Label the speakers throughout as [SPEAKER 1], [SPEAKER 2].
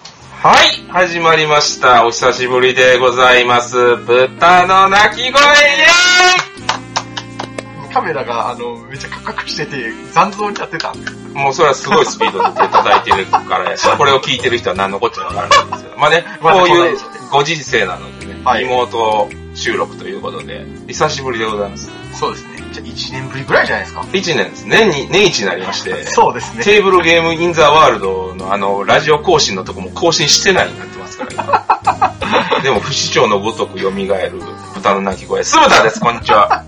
[SPEAKER 1] はい、始まりました。お久しぶりでございます。豚の鳴き声イエ
[SPEAKER 2] カメラが、あの、めっちゃカクカクしてて、残像になってたんです
[SPEAKER 1] ーイもうそれはすごいスピードで叩いてるからや し、これを聞いてる人は何のこっちゃわからないんですけど、まあね、
[SPEAKER 2] まだ
[SPEAKER 1] こう
[SPEAKER 2] 来な
[SPEAKER 1] い
[SPEAKER 2] いで
[SPEAKER 1] う
[SPEAKER 2] すよね
[SPEAKER 1] ご時世なのでね、
[SPEAKER 2] はい
[SPEAKER 1] リモート収録ということで、久しぶりでございます。
[SPEAKER 2] そうですね。じゃあ1年ぶりぐらいじゃないですか。
[SPEAKER 1] 1年ですね、に年一になりまして、
[SPEAKER 2] そうですね。
[SPEAKER 1] テーブルゲームインザワールドのあの、ラジオ更新のとこも更新してないようになってます から、ね、でも、不死鳥のごとく蘇る豚の鳴き声、酢豚です、こんにちは。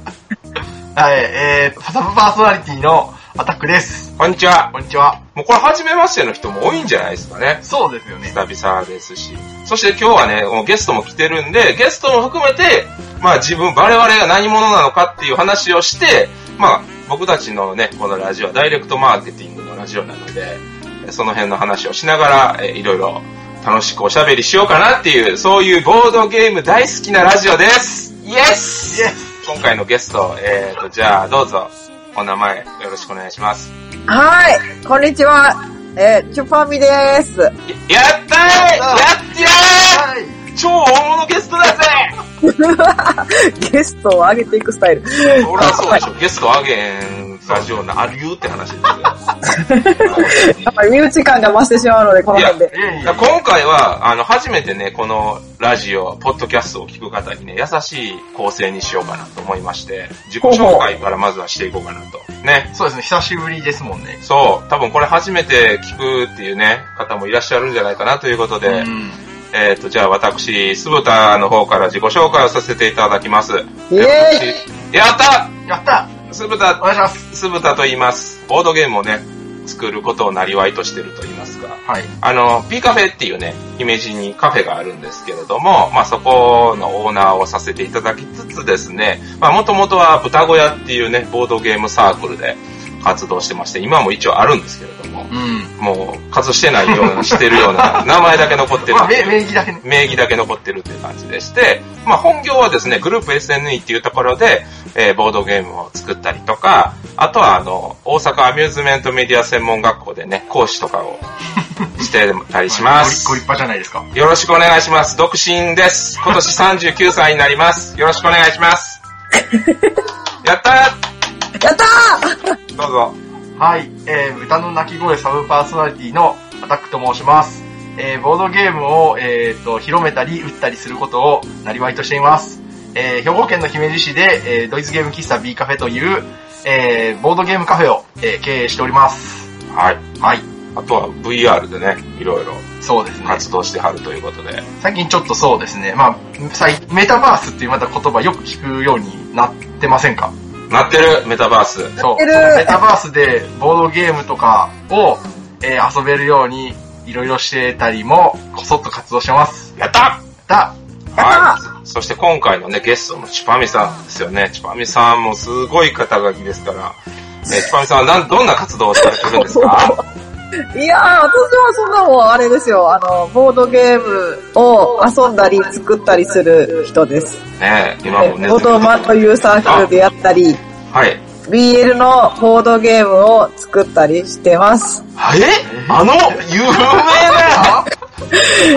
[SPEAKER 2] はい、えー、パサパパーソナリティのアタックです。
[SPEAKER 1] こんにちは。
[SPEAKER 2] こんにちは。
[SPEAKER 1] もうこれ初めましての人も多いんじゃないですかね。
[SPEAKER 2] そうですよね。
[SPEAKER 1] 久々ですし。そして今日はね、もうゲストも来てるんで、ゲストも含めて、まあ自分、我々が何者なのかっていう話をして、まあ僕たちのね、このラジオはダイレクトマーケティングのラジオなので、その辺の話をしながら、えいろいろ楽しくおしゃべりしようかなっていう、そういうボードゲーム大好きなラジオですイエス
[SPEAKER 2] イエス
[SPEAKER 1] 今回のゲスト、えーと、じゃあどうぞ、お名前よろしくお願いします。
[SPEAKER 3] はい、こんにちは。えーチョパミです。
[SPEAKER 1] ややったーやってやー
[SPEAKER 2] はい。
[SPEAKER 1] 超大物ゲストだぜ
[SPEAKER 3] ゲストを上げていくスタイル。
[SPEAKER 1] 俺はそうでしょ、ゲストあげんラジオなありゆうって話です
[SPEAKER 3] やっぱり身内感が増してしまうので、この辺で。
[SPEAKER 2] いえい
[SPEAKER 1] よ。今回は、あの、初めてね、このラジオ、ポッドキャストを聞く方にね、優しい構成にしようかなと思いまして、自己紹介からまずはしていこうかなと。ね。
[SPEAKER 2] え。そうですね、久しぶりですもんね。
[SPEAKER 1] そう、多分これ初めて聞くっていうね、方もいらっしゃるんじゃないかなということで、
[SPEAKER 2] ん。
[SPEAKER 1] えっ、と、じゃあ私、酢豚の方から自己紹介をさせていただきます。
[SPEAKER 3] イエ
[SPEAKER 1] やった
[SPEAKER 2] やった
[SPEAKER 1] 酢豚
[SPEAKER 2] お願いします。
[SPEAKER 1] 酢豚と言います。ボードゲームをね、作ることをなりわいとしてると言いますか。
[SPEAKER 2] はい。
[SPEAKER 1] あの、P カフェっていうね、姫路にカフェがあるんですけれども、まあそこのオーナーをさせていただきつつですね、まあもともとは豚小屋っていうね、ボードゲームサークルで活動してまして、今も一応あるんですけれども、
[SPEAKER 2] うん。
[SPEAKER 1] もう活動してないような、してるよう な、名前だけ残ってる
[SPEAKER 2] まあ、。め免疫だけね。
[SPEAKER 1] 名義だけ残ってるっていう感じでして、まあ本業はですね、グループ SNE っていうところで、えーボードゲームを作ったりとか、あとはあの、大阪アミューズメントメディア専門学校でね、講師とかをしてたりします
[SPEAKER 2] ご。立派じゃないですか。
[SPEAKER 1] よろしくお願いします。独身です。今年39歳になります。よろしくお願いし ます。やった
[SPEAKER 3] ーイやった
[SPEAKER 1] ーどうぞ。
[SPEAKER 2] はい、えー、豚の鳴き声サブパーソナリティのアタックと申します。えー、ボードゲームを、えー、と、広めたり、打ったりすることを、なりわいとしています。えー、兵庫県の姫路市で、えー、ドイツゲーム喫茶 B カフェという、えー、ボードゲームカフェを、えー、経営しております。
[SPEAKER 1] はい。
[SPEAKER 2] はい、
[SPEAKER 1] あとは VR でね、いろいろ
[SPEAKER 2] そうですね。
[SPEAKER 1] 活動してはるということで。
[SPEAKER 2] 最近ちょっとそうですね、まあ、最メタバースっていうまた言葉よく聞くようになってませんか
[SPEAKER 1] なってる、メタバース。
[SPEAKER 2] そう。
[SPEAKER 3] やってる
[SPEAKER 2] そのメタバースでボードゲームとかを、えー遊べるようにいろいろしてたりも、こそっと活動してます。
[SPEAKER 1] やった
[SPEAKER 2] だ、
[SPEAKER 1] はい。そして今回のね、ゲストのチュパミさんですよね。チュパミさんもすごい肩書きですから。えーチュパミさんはなんどんな活動をされてるんですか
[SPEAKER 3] ーいやー、私はそんなもん、あれですよ。あの、ボードゲームを遊んだり作ったりする人です。
[SPEAKER 1] ねえ今もね。
[SPEAKER 3] ボードマというサークルでやったり、
[SPEAKER 1] はい。
[SPEAKER 3] BL のボードゲームを作ったりしてます。
[SPEAKER 1] えあの、有名な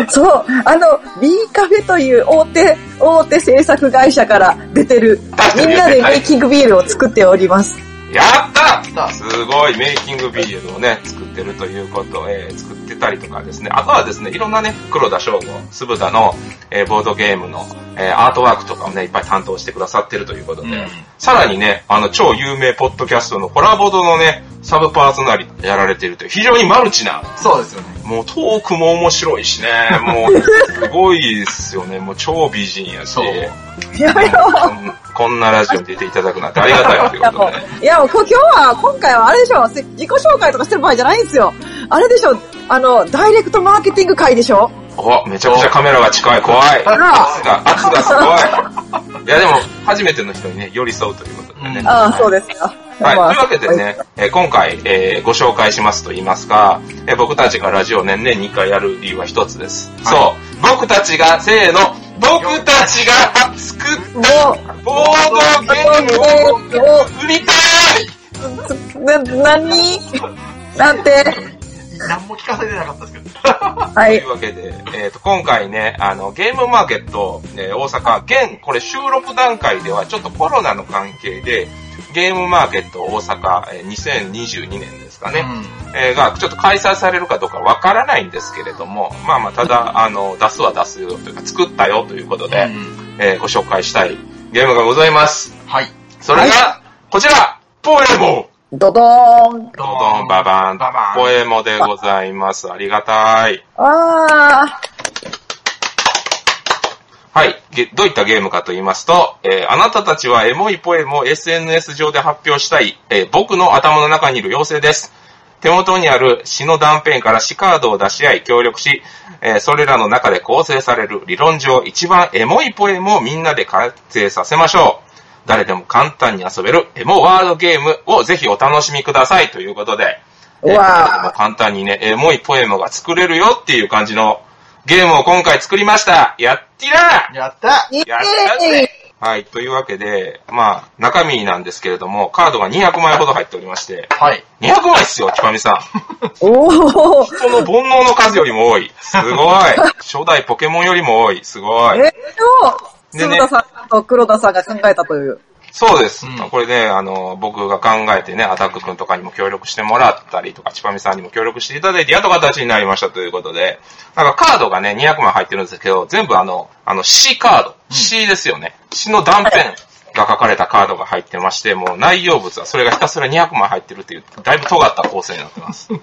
[SPEAKER 3] そう、あの、B カフェという大手、大手制作会社から出てる、みんなでメイキングビールを作っております。
[SPEAKER 1] やった
[SPEAKER 2] だ、
[SPEAKER 1] すごいメイキングビデオをね、作ってるということ、えー作ってたりとかですね。あとはですね、いろんなね、黒田翔吾、酢豚の、えーボードゲームの、えーアートワークとかをね、いっぱい担当してくださってるということで、
[SPEAKER 2] うん
[SPEAKER 1] さらにね、あの、超有名ポッドキャストのコラボドのね、サブパーソナリティやられてるという、非常にマルチな、
[SPEAKER 2] そうですよね。
[SPEAKER 1] もうトークも面白いしね、もう、すごいですよね、もう超美人やし、
[SPEAKER 2] そう
[SPEAKER 3] いやいや
[SPEAKER 1] こんこんなラジオに出ていただくなんてありがたいといこ
[SPEAKER 3] いうや
[SPEAKER 1] と
[SPEAKER 3] も
[SPEAKER 1] で ね。
[SPEAKER 3] う、いやもうこ今日は、今回はあれでしょ、せ自己紹介とかしてる場合じゃないんですよ。あれでしょ、あの、ダイレクトマーケティング会でしょ
[SPEAKER 1] お、めちゃくちゃカメラが近い、怖い。圧
[SPEAKER 2] あ
[SPEAKER 1] が、圧がすごい。いやでも、初めての人にね、寄り添うということでね。
[SPEAKER 2] うん
[SPEAKER 3] ああ、そうですか。
[SPEAKER 1] はい。
[SPEAKER 3] まあ
[SPEAKER 1] というわけでね、えー今回、えーご紹介しますと言いますか、えー僕たちがラジオを年々2回やる理由は一つです。そう。僕たちが、せーの、僕たちが作っ
[SPEAKER 3] も
[SPEAKER 1] たボードゲームを
[SPEAKER 3] う、も、
[SPEAKER 1] 売りたいう
[SPEAKER 3] つな、なになんて、
[SPEAKER 2] 何も聞かされてなかったですけど。
[SPEAKER 3] は
[SPEAKER 1] と
[SPEAKER 3] い
[SPEAKER 1] い。うわけで、えっ、と、今回ね、あの、ゲームマーケット、えー大阪、現、これ収録段階ではちょっとコロナの関係で、ゲームマーケット大阪、えー2022年ですかね。えーが、ちょっと開催されるかどうかわからないんですけれども、まあまあ、ただ、あの、出すは出すよというか、作ったよということ
[SPEAKER 2] うん。
[SPEAKER 1] で、
[SPEAKER 2] うん
[SPEAKER 1] えーご紹介したいゲームがございます。
[SPEAKER 2] はい。
[SPEAKER 1] それが、こちらポエモ
[SPEAKER 3] ドドーン。
[SPEAKER 1] ドドンババン、
[SPEAKER 2] ババン
[SPEAKER 1] ポエモでございます。ありがたい。
[SPEAKER 3] あ
[SPEAKER 1] はい。げどういったゲームかと言いますと、えーあなたたちはエモいポエムを SNS 上で発表したい、えー僕の頭の中にいる妖精です。手元にある詩の断片から詩カードを出し合い協力し、えーそれらの中で構成される理論上一番エモいポエムをみんなで完成させましょう。誰でも簡単に遊べるエモワードゲームをぜひお楽しみくださいということで、
[SPEAKER 3] ー。う
[SPEAKER 1] えー誰でも
[SPEAKER 3] わ
[SPEAKER 1] 簡単にね、エモいポエムが作れるよっていう感じのゲームを今回作りました。やってらー
[SPEAKER 2] やった
[SPEAKER 3] ー。イ
[SPEAKER 1] やった
[SPEAKER 3] ェー
[SPEAKER 1] ぜ
[SPEAKER 3] イ
[SPEAKER 1] はい、というわけで、まあ、中身なんですけれども、カードが200枚ほど入っておりまして、
[SPEAKER 2] はい。
[SPEAKER 1] 200枚っすよ、ちぱみさん。
[SPEAKER 3] おー。
[SPEAKER 1] 人の煩悩の数よりも多い。すごい。初代ポケモンよりも多い。すご
[SPEAKER 3] え
[SPEAKER 1] い。
[SPEAKER 3] ー、を、
[SPEAKER 1] でね
[SPEAKER 3] 鈴田さんと黒田さんが考えたという。
[SPEAKER 1] そうです。
[SPEAKER 2] うん
[SPEAKER 1] これね、あの、僕が考えてね、アタック君とかにも協力してもらったりとか、ちぱみさんにも協力していただいて、やっと形になりましたということで、なんかカードがね、200枚入ってるんですけど、全部あの、あの、C カード。C ですよね。C の断片が書かれたカードが入ってまして、もう内容物はそれがひたすら200枚入ってるっていう、だいぶ尖った構成になって ます。は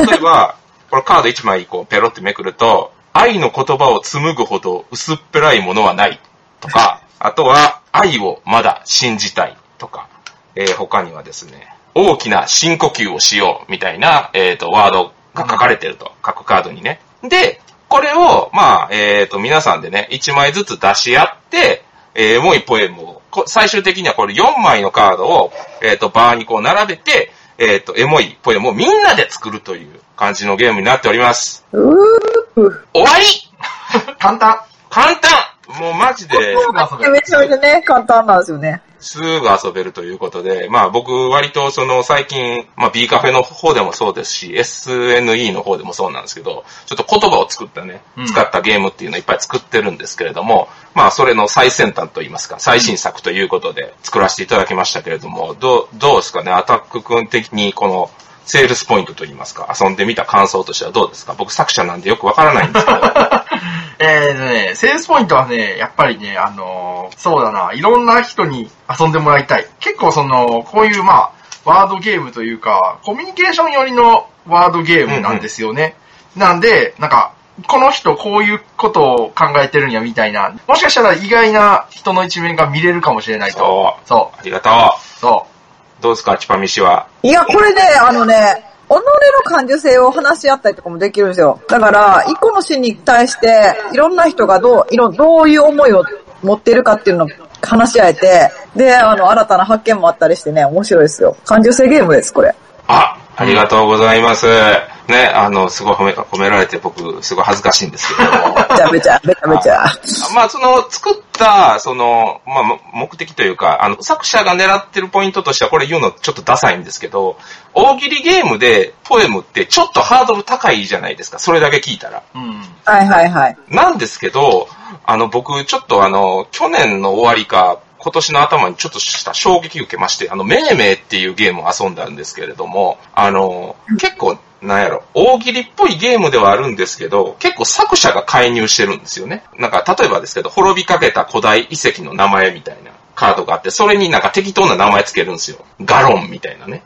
[SPEAKER 1] い、例えば、これカード1枚こうペロってめくると、愛の言葉を紡ぐほど薄っぺらいものはないとか、あとは愛をまだ信じたいとか、えー他にはですね、大きな深呼吸をしようみたいな、えー、と、ワードが書かれてると、各カードにね。で、これを、まあ、えっ、と、皆さんでね、1枚ずつ出し合って、えー、エモいポエムを、こ最終的にはこれ4枚のカードを、えっ、と、バーにこう並べて、えっ、と、エモいポエムをみんなで作るという感じのゲームになっております。
[SPEAKER 3] うー。
[SPEAKER 1] 終わり
[SPEAKER 2] 簡単。
[SPEAKER 1] 簡単もうマジで、
[SPEAKER 2] すぐ遊べる
[SPEAKER 3] めちゃめちゃね、簡単なんですよね。
[SPEAKER 1] すぐ遊べるということで、まあ僕割とその最近、まあ B カフェの方でもそうですし、SNE の方でもそうなんですけど、ちょっと言葉を作ったね
[SPEAKER 2] うん、
[SPEAKER 1] 使ったゲームっていうのをいっぱい作ってるんですけれども、まあそれの最先端といいますか、最新作ということで作らせていただきましたけれども、どう、どうですかね、アタック君的にこの、セールスポイントといいますか、遊んでみた感想としてはどうですか僕作者なんでよくわからないんですけど。
[SPEAKER 2] えーとね、セールスポイントはね、やっぱりね、あのーそうだな、いろんな人に遊んでもらいたい。結構その、こういうまあ、ワードゲームというか、コミュニケーション寄りのワードゲームなんですよね。なんで、なんか、この人こういうことを考えてるんやみたいな、もしかしたら意外な人の一面が見れるかもしれないと。
[SPEAKER 1] そ。
[SPEAKER 2] そう
[SPEAKER 1] ありがと。
[SPEAKER 2] う、そう
[SPEAKER 1] どうですかチパミ氏は。
[SPEAKER 3] いや、これね、あのね、己の感受性を話し合ったりとかもできるんですよ。だから、一個の詩に対して、いろんな人がどう、いろ、どういう思いを持ってるかっていうのを話し合えて、で、あの、新たな発見もあったりしてね、面白いですよ。感受性ゲームです、これ。
[SPEAKER 1] あ、ありがとうございます。ね、あの、すごい褒め、褒められて僕、すごい恥ずかしいんですけれども。
[SPEAKER 3] めちゃめちゃ、めちゃめちゃ。
[SPEAKER 1] まあ、その、作った、その、まあ、も目的というか、あの、作者が狙ってるポイントとしては、これ言うのちょっとダサいんですけど、大喜利ゲームで、ポエムってちょっとハードル高いじゃないですか。それだけ聞いたら。
[SPEAKER 2] う。うん。
[SPEAKER 3] はいはいはい。
[SPEAKER 1] なんですけど、あの、僕、ちょっとあの、去年の終わりか、今年の頭にちょっとした衝撃受けまして、あの、メーメーっていうゲームを遊んだんですけれども、あの、結構、なんやろ、大喜利っぽいゲームではあるんですけど、結構作者が介入してるんですよね。なんか、例えばですけど、滅びかけた古代遺跡の名前みたいなカードがあって、それになんか適当な名前つけるんですよ。ガロンみたいなね。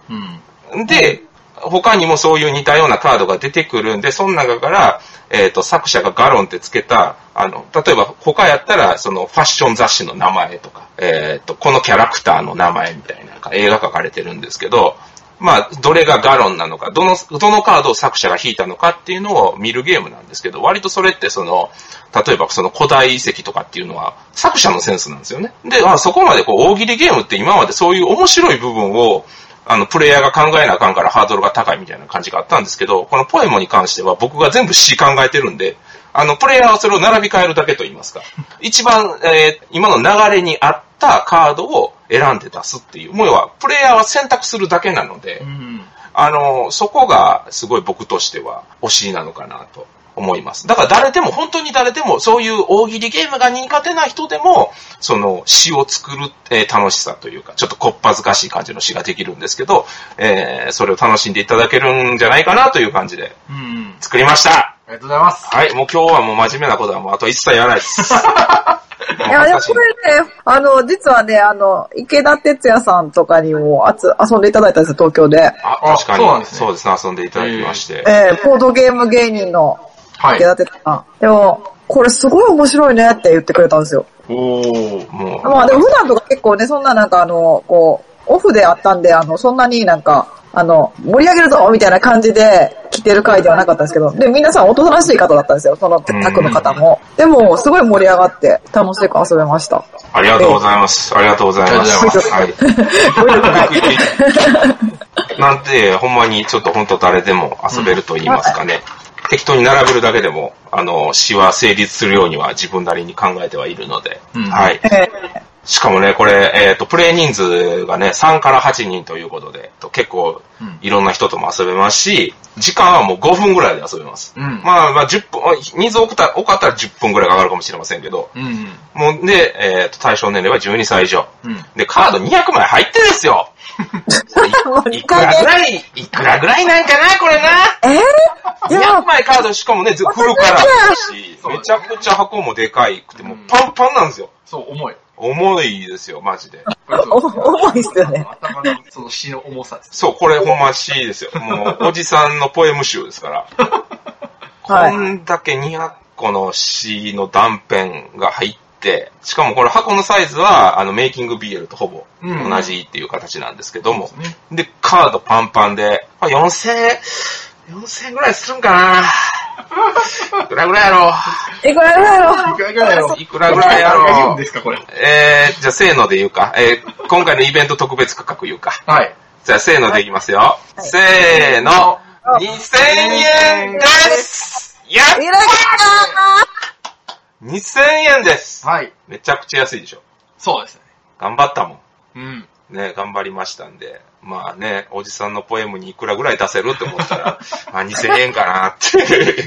[SPEAKER 2] うん。
[SPEAKER 1] で、他にもそういう似たようなカードが出てくるんで、その中から、えっ、と、作者がガロンってつけた、あの、例えば他やったら、そのファッション雑誌の名前とか、えっ、と、このキャラクターの名前みたいな、映画書かれてるんですけど、まあ、どれがガロンなのか、どの、どのカードを作者が引いたのかっていうのを見るゲームなんですけど、割とそれってその、例えばその古代遺跡とかっていうのは作者のセンスなんですよね。で、あそこまでこう大喜利ゲームって今までそういう面白い部分を、あの、プレイヤーが考えなあかんからハードルが高いみたいな感じがあったんですけど、このポエモに関しては僕が全部詩考えてるんで、あの、プレイヤーはそれを並び替えるだけと言いますか。一番、えー今の流れに合ったカードを選んで出すっていう。もう要は、プレイヤーは選択するだけなので、
[SPEAKER 2] うん。
[SPEAKER 1] あの、そこがすごい僕としては推しなのかなと思います。だから誰でも、本当に誰でも、そういう大喜利ゲームが苦手な人でも、その詩を作る、えー楽しさというか、ちょっとこっぱずかしい感じの詩ができるんですけど、えーそれを楽しんでいただけるんじゃないかなという感じで
[SPEAKER 2] うんうん。
[SPEAKER 1] 作りました
[SPEAKER 2] ありがとうございます。
[SPEAKER 1] はい、もう今日はもう真面目なことはもうあと一切やらないです。
[SPEAKER 3] いや、でもこれね、あの、実はね、あの、池田哲也さんとかにもあつ遊んでいただいたんですよ、東京で。
[SPEAKER 1] あ、
[SPEAKER 2] あ
[SPEAKER 1] 確かに。
[SPEAKER 2] そうなんですね
[SPEAKER 1] そうですね、遊んでいただきまして。
[SPEAKER 3] えー、ボードゲーム芸人の
[SPEAKER 2] はい
[SPEAKER 3] 池。田哲也さん。でも、これすごい面白いねって言ってくれたんですよ。
[SPEAKER 2] おー。
[SPEAKER 1] もう、
[SPEAKER 3] まあでも普段とか結構ね、そんななんかあの、こう、オフであったんで、あの、そんなになんか、あの、盛り上げるぞみたいな感じで来てる回ではなかったんですけど、で、皆さんおとなしい方だったんですよ、そのタクの方も。でも、すごい盛り上がって、楽しく遊べました。
[SPEAKER 1] ありがとうございます。ありがとうございます。
[SPEAKER 2] ありがとう
[SPEAKER 3] ご
[SPEAKER 1] はい。 なんで、ほんまにちょっと本当誰でも遊べると言いますかね。適当に並べるだけでも、あの、詩は成立するようには自分なりに考えてはいるので。
[SPEAKER 2] うん
[SPEAKER 1] はい。
[SPEAKER 3] え
[SPEAKER 1] しかもね、これ、えっ、と、プレイ人数がね、3から8人ということで、と結構
[SPEAKER 2] うん、
[SPEAKER 1] いろんな人とも遊べますし、時間はもう5分ぐらいで遊べます。
[SPEAKER 2] うん
[SPEAKER 1] まあまあ、10分、人数多くた多かったら10分ぐらいかかるかもしれませんけど、
[SPEAKER 2] うんうん。
[SPEAKER 1] もうで、えっ、と、対象年齢は12歳以上。
[SPEAKER 2] うん。
[SPEAKER 1] で、カード200枚入ってですよいいくらぐらい、いくらぐらいなんかな、これな。
[SPEAKER 3] えー、いや
[SPEAKER 1] 200、枚カードしかもね、ず来るからし、めちゃくちゃ箱もでかいくて、もうパンパンなんですよ。
[SPEAKER 2] そう、重い。
[SPEAKER 1] 重いですよ、マジで。
[SPEAKER 3] お重いっすよね
[SPEAKER 2] 頭の、その死の重さです。
[SPEAKER 1] そう、これほんま C ですよ。も う、おじさんのポエム集ですから。
[SPEAKER 3] は
[SPEAKER 1] こ
[SPEAKER 3] い
[SPEAKER 1] んだけ200個の C の断片が入って、しかもこれ箱のサイズは、あの、メイキング BL とほぼ同じっていう形なんですけども、
[SPEAKER 2] ね。
[SPEAKER 1] で、カードパンパンで、あ、4000円、4000円ぐらいするんか ないくらぐらいやろ
[SPEAKER 3] いくらぐらいやろ
[SPEAKER 2] いくらぐらいやろ
[SPEAKER 1] いくらぐらいやろ
[SPEAKER 2] いくら言うんですか、これ。
[SPEAKER 1] えー、じゃあ、せーので言うか。えー、今回のイベント特別価格言うか。
[SPEAKER 2] はい。
[SPEAKER 1] じゃあ、せーのでいきますよ。
[SPEAKER 3] い
[SPEAKER 1] せーの、2000円ですやっ
[SPEAKER 3] いらっしゃ
[SPEAKER 1] !2000 円です
[SPEAKER 2] はい。
[SPEAKER 1] めちゃくちゃ安いでしょ。
[SPEAKER 2] そうですね。
[SPEAKER 1] 頑張ったもん。
[SPEAKER 2] うん。
[SPEAKER 1] ね、頑張りましたんで。まあね、おじさんのポエムにいくらぐらい出せるって思った ら、まあ2000円かなって、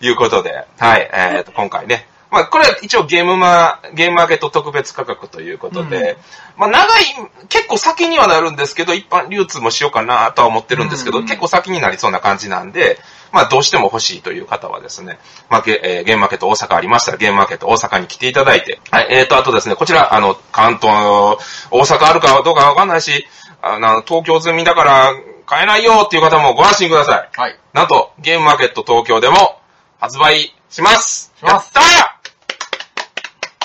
[SPEAKER 1] いうことで。はい、えっ、と、今回ね。まあこれは一応ゲームマー、ゲームマーケット特別価格ということで、まあ長い、結構先にはなるんですけど、一般流通もしようかなとは思ってるんですけど、
[SPEAKER 2] うん
[SPEAKER 1] 結構先になりそうな感じなんで、まあどうしても欲しいという方はですね、まあゲ,、えーゲームマーケット大阪ありましたら、ゲームマーケット大阪に来ていただいて、はい、えーと、あとですね、こちら、あの、関東、大阪あるかどうかわかんないし、あの、東京済みだから買えないよっていう方もご安心ください。
[SPEAKER 2] はい。
[SPEAKER 1] なんと、ゲームマーケット東京でも発売します
[SPEAKER 2] します
[SPEAKER 1] やった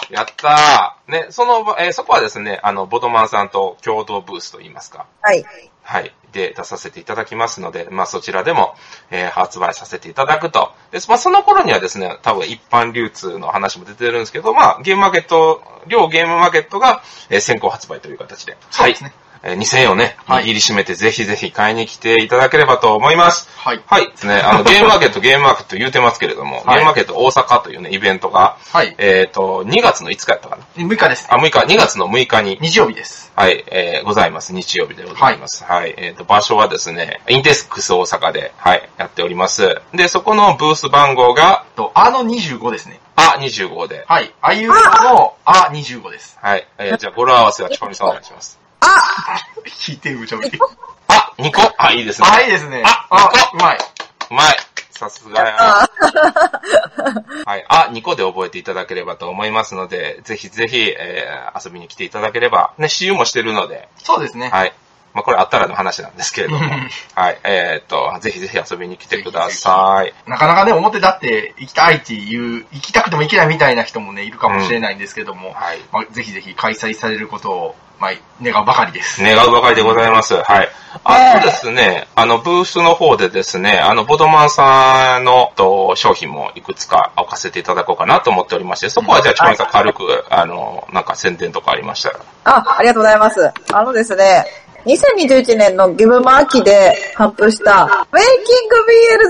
[SPEAKER 1] ーやったーね、その、えーそこはですね、あの、ボトマンさんと共同ブースといいますか、
[SPEAKER 3] いはい。
[SPEAKER 1] はい。で、出させていただきますので、まあそちらでも、えー発売させていただくと。で、まあその頃にはですね、多分一般流通の話も出てるんですけど、まあゲームマーケット、両ゲームマーケットが、えー先行発売という形で。
[SPEAKER 2] そうです
[SPEAKER 1] は
[SPEAKER 2] ね
[SPEAKER 1] い。えー2000円をね、
[SPEAKER 2] はい
[SPEAKER 1] 握りしめて、ぜひぜひ買いに来ていただければと思います。
[SPEAKER 2] はい。
[SPEAKER 1] はい。ですね。あの、ゲームマーケット、ゲームマーケット言うてますけれども、
[SPEAKER 2] はい
[SPEAKER 1] ゲームマーケット大阪というね、イベントが、
[SPEAKER 2] はい。
[SPEAKER 1] えっ、と、2月の5日やったかな。
[SPEAKER 2] 6日です
[SPEAKER 1] あ、。6日、2月の6日に、
[SPEAKER 2] 日曜日です。
[SPEAKER 1] はい、えーございます。日曜日でございます。はい。えっ、と、場所はですね、インデックス大阪で、はい、やっております。で、そこのブース番号が、
[SPEAKER 2] と、あの25ですね。
[SPEAKER 1] あ、25で。
[SPEAKER 2] はい。あいうえおのあ25です。
[SPEAKER 1] はい。えーじゃあ、語呂合わせはちこみさんお願いします。
[SPEAKER 3] あ、
[SPEAKER 2] 聞いて、無茶ぶり。
[SPEAKER 1] あ、2個あ、いいですね。
[SPEAKER 2] あ、いいですね。
[SPEAKER 1] あ
[SPEAKER 2] あ、うまい。
[SPEAKER 1] うまい。さすがや。 はい。あ、2個で覚えていただければと思いますので、ぜひぜひ、えー遊びに来ていただければ、ね、私有もしてるので、
[SPEAKER 2] そうですね。
[SPEAKER 1] はい。まあ、これあったらの話なんですけれども、はい。えっ、と、ぜひぜひ遊びに来てください。
[SPEAKER 2] なかなかね、表だって行きたいっていう、行きたくても行けないみたいな人もね、いるかもしれないんですけども、
[SPEAKER 1] はい。
[SPEAKER 2] まあ、ぜひぜひ開催されることを、まあ、願うばかりです。
[SPEAKER 1] 願うばかりでございます。はい。あとですね、あの、ブースの方でですね、あの、ボドマンさんのと商品もいくつか置かせていただこうかなと思っておりまして、そこはじゃあ、ちょいさん軽く、あの、なんか宣伝とかありましたら。
[SPEAKER 3] あ、ありがとうございます。あのですね、2021年のギブマー期で発表した、メイキング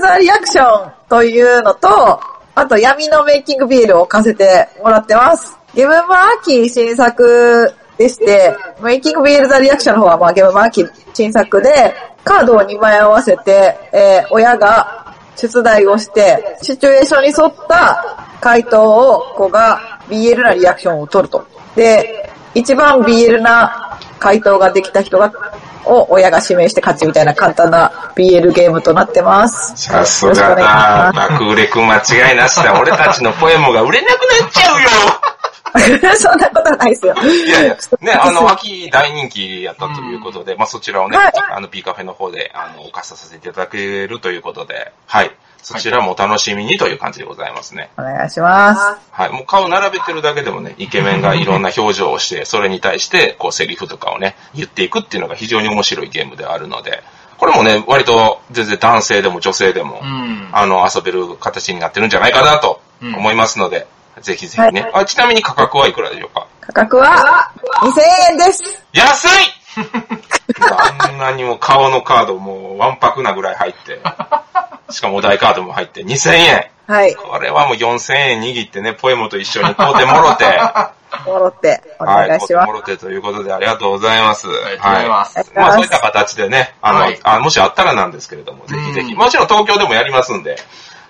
[SPEAKER 3] BL ザリアクションというのと、あと闇のメイキング BL を置かせてもらってます。ギブマー期新作でして、メイキング BL ザリアクションの方はまあギブマー期新作で、カードを2枚合わせて、えー親が出題をして、シチュエーションに沿った回答を子が BL なリアクションを取ると。で、一番 BL な回答ができた人が、を親が指名して勝ちみたいな簡単な BL ゲームとなってます。
[SPEAKER 1] さす
[SPEAKER 3] よ
[SPEAKER 1] が
[SPEAKER 3] ろしくお願
[SPEAKER 1] だ。
[SPEAKER 3] いします
[SPEAKER 1] 爆売れくん間違いなしだ。俺たちのポエムが売れなくなっちゃうよ。
[SPEAKER 3] そんなことはないですよ。
[SPEAKER 1] いやいや、ね、あの、秋大人気やったということで、まあそちらをね
[SPEAKER 3] はい、
[SPEAKER 1] あの、B カフェの方で、あの、お貸しさせていただけるということで、はい。そちらもお楽しみにという感じでございますね。
[SPEAKER 3] お願いします。
[SPEAKER 1] はい。もう顔並べてるだけでもね、イケメンがいろんな表情をして、それに対して、こう、セリフとかをね、言っていくっていうのが非常に面白いゲームであるので、これもね、割と全然男性でも女性でも
[SPEAKER 2] う、ん。
[SPEAKER 1] あの、遊べる形になってるんじゃないかなと思いますので、ぜひぜひね。あ、ちなみに価格はいくらでしょうか
[SPEAKER 3] 価格は2000円です。
[SPEAKER 1] 安いあんなにも顔のカードもうわんぱくなぐらい入 って、しかもお題カードも入って2000円。
[SPEAKER 3] はい。
[SPEAKER 1] これはもう4000円握ってね、ポエムと一緒に買うてもろて、
[SPEAKER 3] もろって お願い
[SPEAKER 1] は
[SPEAKER 3] しま
[SPEAKER 1] い、
[SPEAKER 3] す
[SPEAKER 1] も。ろてということでありがとうございます。
[SPEAKER 2] ありがとうございます。
[SPEAKER 3] はい
[SPEAKER 1] まあそういった形でね、あの、
[SPEAKER 2] はい
[SPEAKER 1] あもしあったらなんですけれども、ぜひぜひ、
[SPEAKER 2] うん
[SPEAKER 1] もちろん東京でもやりますんで、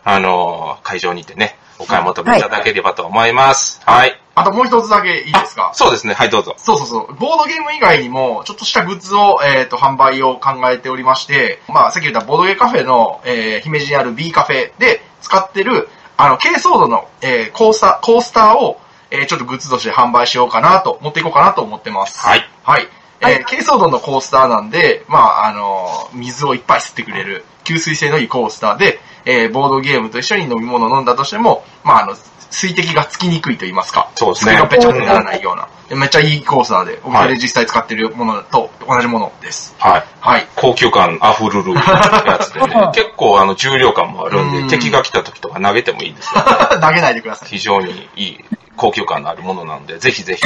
[SPEAKER 1] あの、会場に行ってね、お買い求めいただければと思います。はい。
[SPEAKER 2] あともう一つだけいいですか
[SPEAKER 1] そうですね、はい、どうぞ。
[SPEAKER 2] そうそうそう。ボードゲーム以外にも、ちょっとしたグッズを、えっ、と、販売を考えておりまして、まあ、さっき言ったボードゲーカフェの、えー、姫路にある B カフェで使ってる、あの、軽装度の、えー、コースター、コースターを、えー、ちょっとグッズとして販売しようかなと、持っていこうかなと思ってます。
[SPEAKER 1] はい。
[SPEAKER 2] はい。え
[SPEAKER 3] は
[SPEAKER 2] ー
[SPEAKER 3] い、
[SPEAKER 2] 軽装度のコースターなんで、まあ、あのー水をいっぱい吸ってくれる、吸水性のいいコースターで、えー、ボードゲームと一緒に飲み物を飲んだとしても、まあ、あの、水滴がつきにくいと言いますか。
[SPEAKER 1] そうですね
[SPEAKER 2] 机がペチャペチャならないような。でめっちゃいいコースターで、お
[SPEAKER 1] はい
[SPEAKER 2] 店で実際使ってるものと同じものです。
[SPEAKER 1] はい。
[SPEAKER 2] はい。
[SPEAKER 1] 高級感あふれるやつでね
[SPEAKER 3] うん、
[SPEAKER 1] 結構あの重量感もあるん
[SPEAKER 2] うん
[SPEAKER 1] で、敵が来た時とか投げてもいいですよ。
[SPEAKER 2] 投げないでください。
[SPEAKER 1] 非常にいい高級感のあるものなんで、ぜひぜひ、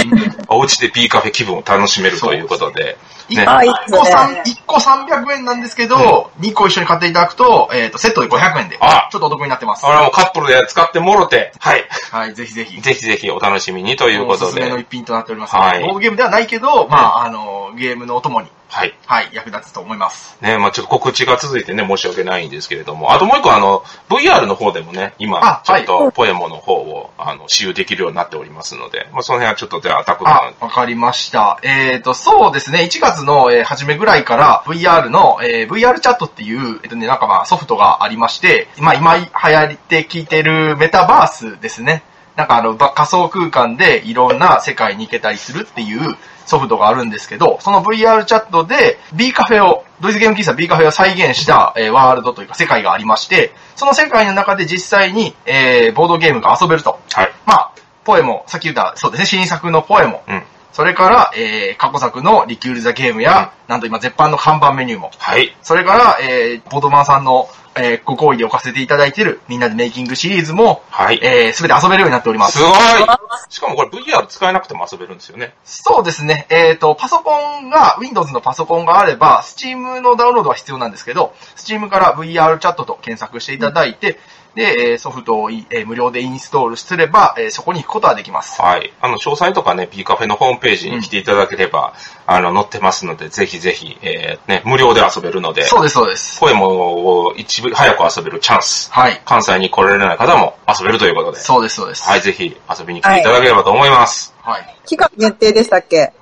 [SPEAKER 1] お家で B カフェ気分を楽しめるということで、ね、
[SPEAKER 3] あ、いい
[SPEAKER 2] 1個
[SPEAKER 3] で
[SPEAKER 2] 三一個300円なんですけど、2個一緒に買っていただくと、えっ、と、セットで500円で、ちょ
[SPEAKER 1] あ
[SPEAKER 2] っとお得になってます。
[SPEAKER 1] あらもうカップルで使ってもろて、はい。
[SPEAKER 2] はい、ぜひぜひ。
[SPEAKER 1] ぜひぜひお楽しみにという
[SPEAKER 2] お
[SPEAKER 1] こ
[SPEAKER 2] す
[SPEAKER 1] と
[SPEAKER 2] すめの
[SPEAKER 1] で
[SPEAKER 2] 一、品となっておりますので、
[SPEAKER 1] はい
[SPEAKER 2] ボードゲームではないけど、まあ、あの、ゲームのお供に、
[SPEAKER 1] はい。
[SPEAKER 2] はい、役立つと思います。
[SPEAKER 1] ね、まあちょっと告知が続いてね、申し訳ないんですけれども、あともう一個あの、VR の方でもね、
[SPEAKER 2] あ
[SPEAKER 1] 今、ちょ
[SPEAKER 2] はい
[SPEAKER 1] っとポエモの方を、あの、使用できるようになっておりますので、まあその辺はちょっとではアタック
[SPEAKER 2] あ
[SPEAKER 1] が、
[SPEAKER 2] わかりました。えっ、と、そうですね、1月の、えー初めぐらいから VR の、えー VR チャットっていう、えっとね、なんかまあソフトがありまして、まあ今流行って聞いてるメタバースですね。なんかあの、ば仮想空間でいろんな世界に行けたりするっていうソフトがあるんですけど、その VR チャットで B カフェを、ドイツゲーム喫茶 B カフェを再現した、えーワールドというか世界がありまして、その世界の中で実際に、えーボードゲームが遊べると。
[SPEAKER 1] はい。
[SPEAKER 2] まあ、ポエも、さっき言った、そうですね、新作のポエも、
[SPEAKER 1] うん。
[SPEAKER 2] それから、えー、過去作のリキュール・ザ・ゲームや、なんと今絶版の看板メニューも、
[SPEAKER 1] はい。
[SPEAKER 2] それから、えー、ボードマンさんの、えー、ご好意で置かせていただいているみんなでメイキングシリーズも、
[SPEAKER 1] はい。
[SPEAKER 2] えー、すべて遊べるようになっておりますす。
[SPEAKER 1] ごいしかもこれ VR 使えなくても遊べるんですよね。
[SPEAKER 2] そうですね。えっ、と、パソコンが、Windows のパソコンがあれば、Steam のダウンロードは必要なんですけど、Steam から VR チャットと検索していただいて、で、えーソフトをい、えー無料でインストールすれば、えーそこに行くことはできます。
[SPEAKER 1] はい。あの、詳細とかね、B カフェのホームページに来ていただければ、あの、載ってますので、ぜひぜひ、えー、ね、無料で遊べるので、
[SPEAKER 2] そうです、そうです。
[SPEAKER 1] ポエムを一部早く遊べるチャンス。
[SPEAKER 2] はい。
[SPEAKER 1] 関西に来られない方も遊べるということで、
[SPEAKER 2] そうです、そうです。
[SPEAKER 1] はい、ぜひ遊びに来ていただければと思います。
[SPEAKER 2] はい。
[SPEAKER 3] 期間限定でしたっけ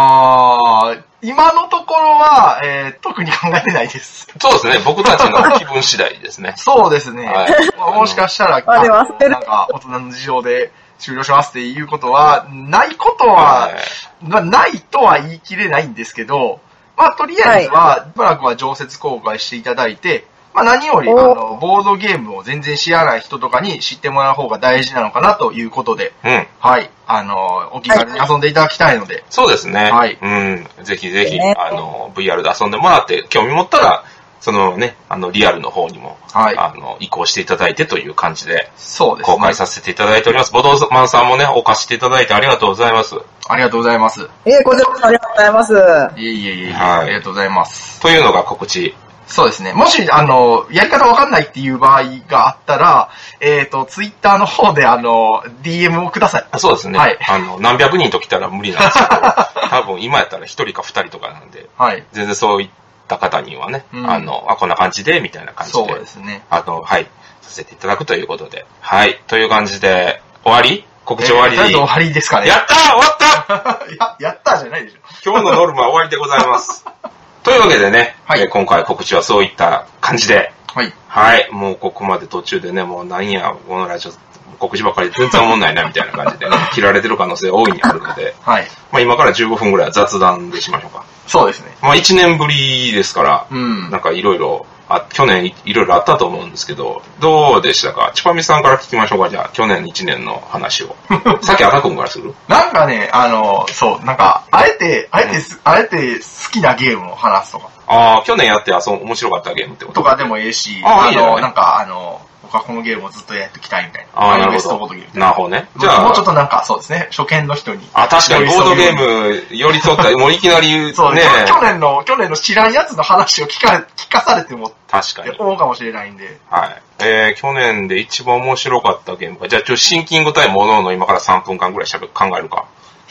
[SPEAKER 2] あー、今のところは、えー、特に考えてないです。。
[SPEAKER 1] そうですね、僕たちの気分次第ですね
[SPEAKER 2] そうですね。
[SPEAKER 1] はい
[SPEAKER 2] まあもしかしたら、
[SPEAKER 3] あでも
[SPEAKER 2] あ
[SPEAKER 3] 焦ってる
[SPEAKER 2] なんか、大人の事情で終了しますっていうことは、ないこと は、
[SPEAKER 1] はい
[SPEAKER 2] まあないとは言い切れないんですけど、まあ、とりあえずは、しばらくは常設公開していただいて、まあ、何より、あ
[SPEAKER 3] お
[SPEAKER 2] の、ボードゲームを全然知らない人とかに知ってもらう方が大事なのかなということで、
[SPEAKER 1] うん。
[SPEAKER 2] はい。あの、お気軽に遊んでいただきたいので、
[SPEAKER 1] そうですね。
[SPEAKER 2] はい
[SPEAKER 1] うん。ぜひぜひ、
[SPEAKER 3] ね
[SPEAKER 1] あの、VR で遊んでもらって、興味持ったら、そのね、あの、リアルの方にも、
[SPEAKER 2] はい
[SPEAKER 1] あの、移行していただいてという感じで、
[SPEAKER 2] そうですね。
[SPEAKER 1] 公開させていただいております。ボドマンさんもね、お貸していただいてありがとうございます。
[SPEAKER 2] ありがとうございます。
[SPEAKER 3] ええ、こちらこそありがとうございます。はい
[SPEAKER 2] えいえいえいえ、
[SPEAKER 1] はい
[SPEAKER 2] ありがとうございます。
[SPEAKER 1] というのが告知。
[SPEAKER 2] そうですね。もし、あの、やり方わかんないっていう場合があったら、えっ、と、ツイッターの方で、あの、DM をください。
[SPEAKER 1] あそうですね。
[SPEAKER 2] はい
[SPEAKER 1] あの、何 百人と来たら無理なんですけど、多分今やったら一人か二人とかなんで、
[SPEAKER 2] はい。
[SPEAKER 1] 全然そういっった方にはね、
[SPEAKER 2] うん
[SPEAKER 1] あの、あ、こんな感じで、みたいな感じで、
[SPEAKER 2] そうですね。
[SPEAKER 1] あの、はい、させていただくということで。はい、という感じで、終わり告知終わり、
[SPEAKER 2] えーとりあえず終わりですかね。
[SPEAKER 1] やったー終わった
[SPEAKER 2] や、やったじゃないでしょ。
[SPEAKER 1] 今日のノルマは終わりでござい ます。というわけでね、
[SPEAKER 2] はい
[SPEAKER 1] えー今回告知はそういった感じで、
[SPEAKER 2] はい。
[SPEAKER 1] はい、もうここまで途中でね、もうなんや、このラジオ、告知ばっかりで全然思んないな、みたいな感じ で、切られてる可能性大いにあるので、
[SPEAKER 2] はい。
[SPEAKER 1] まあ今から15分ぐらいは雑談でしましょうか。
[SPEAKER 2] そうですね。
[SPEAKER 1] まあ1年ぶりですから、
[SPEAKER 2] うん
[SPEAKER 1] なん。かいろいろ、あ、去年いいろいろあったと思うんですけど、どうでしたかチュパミさんから聞きましょうか、じゃあ、去年1年の話 を。さっき赤くんからする
[SPEAKER 2] なんかね、あの、そう、なんか、あえて、あえてす、あえて好きなゲームを話すとか、
[SPEAKER 1] ああ、去年やって、あ、そう、面白かったゲームってこと
[SPEAKER 2] とかでもええし、
[SPEAKER 1] あいいね
[SPEAKER 2] の、なんか、あの、僕はこのゲームをずっとやっていきたいみたいな。
[SPEAKER 1] ああ、なる
[SPEAKER 2] ベスト
[SPEAKER 1] ほ
[SPEAKER 2] ボー
[SPEAKER 1] ど
[SPEAKER 2] ドゲームみ。た
[SPEAKER 1] な
[SPEAKER 2] い
[SPEAKER 1] るほどね。じ
[SPEAKER 2] じ
[SPEAKER 1] ゃ
[SPEAKER 2] ゃ
[SPEAKER 1] あ、
[SPEAKER 2] あ、もうちょっとなんか、そうですね、初見の人に。
[SPEAKER 1] あ、確かにボードゲーム寄り添った、盛り気な理由
[SPEAKER 2] そう
[SPEAKER 1] ね
[SPEAKER 2] ね。。去年の、去年の知らんやつの話を聞かれ、 聞かされても
[SPEAKER 1] 確か
[SPEAKER 2] って
[SPEAKER 1] に。
[SPEAKER 2] 思うかもしれないんで。
[SPEAKER 1] はい。えー、去年で一番面白かったゲームか。じゃあ、ちょ、シンキング対モノの今から3分間ぐらいしゃべ考えるか。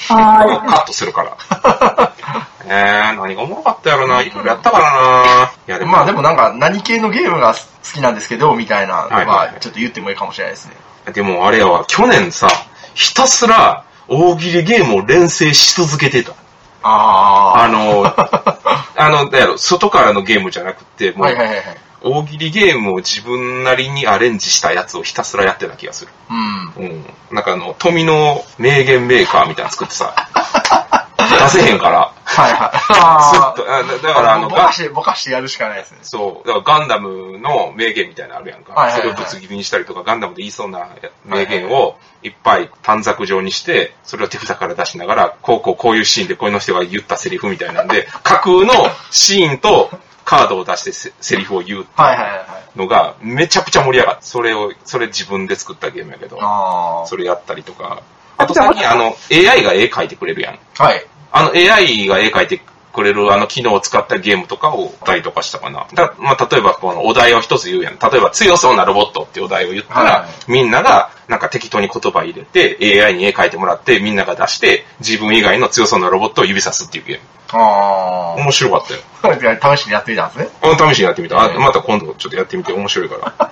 [SPEAKER 3] は
[SPEAKER 1] カットするから。 えー、何がおもろかったやろな。いろいろやったからな。いや、でも、
[SPEAKER 2] まあでもなんか、何系のゲームが好きなんですけど、みたいな、
[SPEAKER 1] はい
[SPEAKER 2] まあ、ちょっと言ってもいいかもしれないですね。
[SPEAKER 1] でもあれやわ、去年さ、ひたすら大喜利ゲームを連成し続けてた。あ
[SPEAKER 2] あ
[SPEAKER 1] の、
[SPEAKER 2] あ。
[SPEAKER 1] あの、だやろ、外からのゲームじゃなくて、もう
[SPEAKER 2] はいはいはいはい。
[SPEAKER 1] 大喜利ゲームを自分なりにアレンジしたやつをひたすらやってた気がする。
[SPEAKER 2] うん。
[SPEAKER 1] うん。なんかあの、富の名言メーカーみたいなの作って さ、出せへんから、
[SPEAKER 2] はいはい。
[SPEAKER 1] ず
[SPEAKER 2] あ
[SPEAKER 1] っ
[SPEAKER 2] ー
[SPEAKER 1] と、あだだからあの、
[SPEAKER 2] ぼか
[SPEAKER 1] ガ
[SPEAKER 2] して、ぼかしてやるしかないですね。
[SPEAKER 1] そう、だからガンダムの名言みたいなのあるやん
[SPEAKER 2] はい
[SPEAKER 1] か。
[SPEAKER 2] はい
[SPEAKER 1] そ
[SPEAKER 2] はい
[SPEAKER 1] れをぶつ切りにしたりとか、ガンダムで言いそうな名言をいっぱい短冊状にして、それを手札から出しながら、こうこうこういうシーンでこういうの人が言ったセリフみたいなんで、架空のシーンとカードを出してセセリフを言う
[SPEAKER 2] はいはいはいはい。
[SPEAKER 1] のがめちゃくちゃ盛り上がって、それを、それ自分で作ったゲームやけど、
[SPEAKER 2] あ
[SPEAKER 1] それやったりとか、あと最近あの AI が絵描いてくれるやん。
[SPEAKER 2] あ。はい。
[SPEAKER 1] あの AI が絵描いてくれるあの機能を使ったゲームとかをたりとかしたかな。だまあ、例えばこのお題を一つ言うやん。例えば強そうなロボットっていうお題を言ったら、
[SPEAKER 2] は
[SPEAKER 1] みんながなんか適当に言葉入れて AI に絵描いてもらってみんなが出して自分以外の強そうなロボットを指さすっていうゲー
[SPEAKER 2] あ
[SPEAKER 1] ム。面白かったよ。
[SPEAKER 2] あ。試しにやってみたんですね。
[SPEAKER 1] あの試しにやってみた。あまた今度ちょっとやってみて面白いから。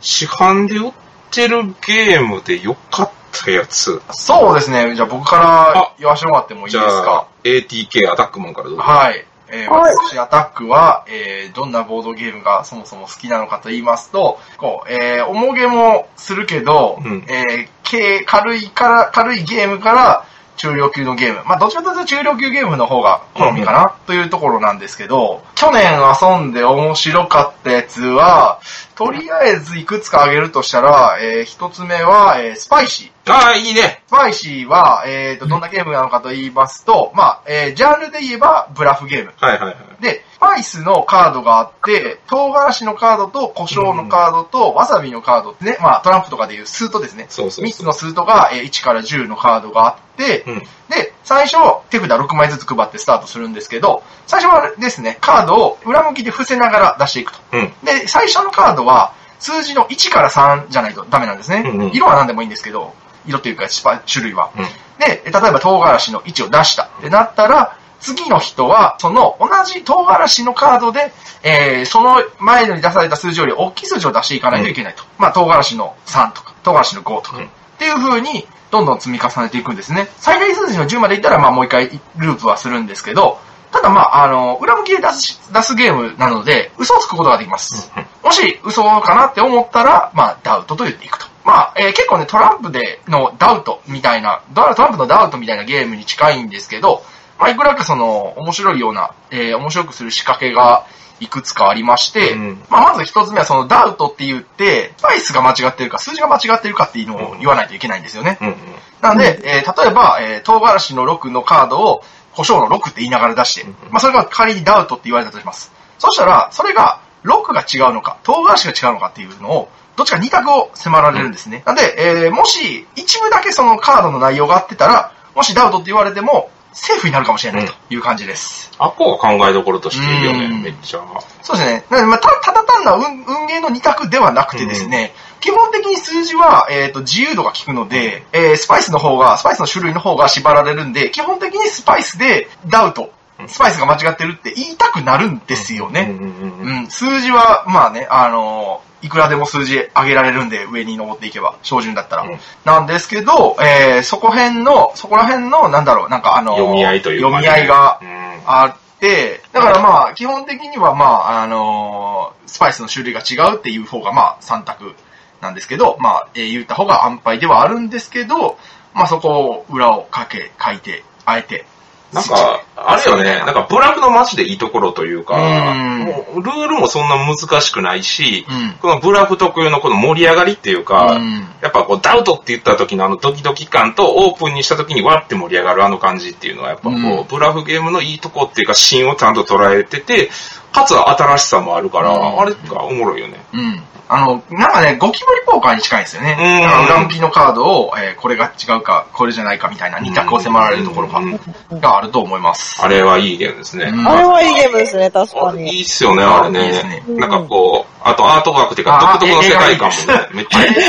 [SPEAKER 1] 市販で売ってるゲームで良かったやつ。
[SPEAKER 2] そうですね。じゃあ僕から言わせてもらってもいい
[SPEAKER 1] じ
[SPEAKER 2] で
[SPEAKER 1] ゃ
[SPEAKER 2] すか
[SPEAKER 1] あ。、ATK アタックマンからどうぞ。
[SPEAKER 2] はい。えー
[SPEAKER 3] はい
[SPEAKER 2] 私、アタックは、えーどんなボードゲームがそもそも好きなのかと言いますと、こう、えー重げもするけど、
[SPEAKER 1] うん
[SPEAKER 2] えー軽軽いから、軽いゲームから、中量級のゲーム。まあ、どちらかというと中量級ゲームの方が好みかな、というところなんですけど、去年遊んで面白かったやつは、とりあえずいくつか挙げるとしたら、えー一つ目は、えースパイシー。
[SPEAKER 1] ああ、いいね。
[SPEAKER 2] スパイシーは、えー、と、どんなゲームなのかと言いますと、まあ、えー、ジャンルで言えば、ブラフゲーム。
[SPEAKER 1] はいはいはい。
[SPEAKER 2] で、スパイスのカードがあって、唐辛子のカードと、胡椒のカードと、わさびのカードってね、まあ、トランプとかでいうスートですね。
[SPEAKER 1] そうそう
[SPEAKER 2] 3つ
[SPEAKER 1] そう。
[SPEAKER 2] のスートが、えー1から10のカードがあって、
[SPEAKER 1] うん。
[SPEAKER 2] で、最初、手札6枚ずつ配ってスタートするんですけど、最初はですね、カードを裏向きで伏せながら出していくと。
[SPEAKER 1] うん。
[SPEAKER 2] で、最初のカードは、数字の1から3じゃないとダメなんですね。
[SPEAKER 1] うんうん
[SPEAKER 2] 色は何でもいいんですけど、色というか、スパ種類は。
[SPEAKER 1] うん
[SPEAKER 2] で、例えば唐辛子の位置を出したってなったら、次の人は、その同じ唐辛子のカードで、えー、その前に出された数字より大きい数字を出していかないといけないと。まあ、唐辛子の3とか、唐辛子の5とか、
[SPEAKER 1] うん
[SPEAKER 2] っていう風に、どんどん積み重ねていくんですね。最大数字の10までいったら、まあ、もう一回ループはするんですけど、ただまあ、あの、裏向きで出す、出すゲームなので、嘘をつくことができます。もし嘘かなって思ったら、まあ、ダウトと言っていくと。まあ、えー結構ね、トランプでのダウトみたいな、ドラトランプのダウトみたいなゲームに近いんですけど、まあ、いくらかその、面白いような、えー面白くする仕掛けが、いくつかありまして、
[SPEAKER 1] うん
[SPEAKER 2] まあ、まず一つ目はそのダウトって言って、スパイスが間違ってるか、数字が間違ってるかっていうのを言わないといけないんですよね。
[SPEAKER 1] うんうん。
[SPEAKER 2] なんで、えー例えば、えー唐辛子の6のカードを胡椒の6って言いながら出して
[SPEAKER 1] うん、
[SPEAKER 2] まあ、それが仮にダウトって言われたとします。そしたら、それが6が違うのか、唐辛子が違うのかっていうのを、どっちか2択を迫られるんですね。なんで、えーもし一部だけそのカードの内容が合ってたら、もしダウトって言われても、セーフになるかもしれないという感じです。
[SPEAKER 1] アッコが考えどころとしていいよね、
[SPEAKER 2] うん
[SPEAKER 1] めっちゃ。
[SPEAKER 2] そうですね。なのでまあ、たただ単な運運ゲーの2択ではなくてですね、基本的に数字は、えー、と自由度が効くので、えースパイスの方が、スパイスの種類の方が縛られるんで、基本的にスパイスでダウトスパイスが間違ってるって言いたくなるんですよ
[SPEAKER 1] う
[SPEAKER 2] ね
[SPEAKER 1] ん。うんうん
[SPEAKER 2] うん、数字は、まあね、あのいくらでも数字上げられるんで、上に登っていけば、照準だったら。
[SPEAKER 1] うん
[SPEAKER 2] なんですけど、えー、そこ辺の、そこら辺の、なんだろう、なんかあの
[SPEAKER 1] 読み合いというかね、
[SPEAKER 2] 読み合いが
[SPEAKER 1] うん
[SPEAKER 2] あって、だからまあ、基本的にはまあ、あのスパイスの種類が違うっていう方がまあ、3択なんですけど、まあ、えー言った方が安牌ではあるんですけど、まあそこを裏をかけ、書いて、あえて。
[SPEAKER 1] なんか、あれよね、なんかブラフの街でいいところというか、
[SPEAKER 2] うん
[SPEAKER 1] もうルールもそんな難しくないし、
[SPEAKER 2] うん。
[SPEAKER 1] このブラフ特有のこの盛り上がりっていうか、
[SPEAKER 2] うん
[SPEAKER 1] やっぱこうダウトって言った時のあのドキドキ感とオープンにした時にわって盛り上がるあの感じっていうのはやっぱこう、
[SPEAKER 2] うん
[SPEAKER 1] ブラフゲームのいいとこっていうか芯をちゃんと捉えてて、かつ新しさもあるから、
[SPEAKER 2] うん
[SPEAKER 1] あれがおもろいよね。
[SPEAKER 2] うん。あの、なんかね、ゴキブリポーカーに近いんですよね。
[SPEAKER 1] うん
[SPEAKER 2] あの裏向きのカードを、えーこれが違うか、これじゃないかみたいな二択を迫られるところが,、
[SPEAKER 1] うん
[SPEAKER 2] があると思います。
[SPEAKER 1] あれはいいゲームですね。
[SPEAKER 2] うん
[SPEAKER 3] あれはいいゲームですね、確か
[SPEAKER 1] あいい
[SPEAKER 3] に。
[SPEAKER 1] っすよね、あれね。
[SPEAKER 2] いいっすね
[SPEAKER 1] なんかこう、あとアートワークっていうか
[SPEAKER 2] あ
[SPEAKER 1] 独特の世界観も
[SPEAKER 2] え
[SPEAKER 1] ね、めっちゃいい。
[SPEAKER 3] アートワ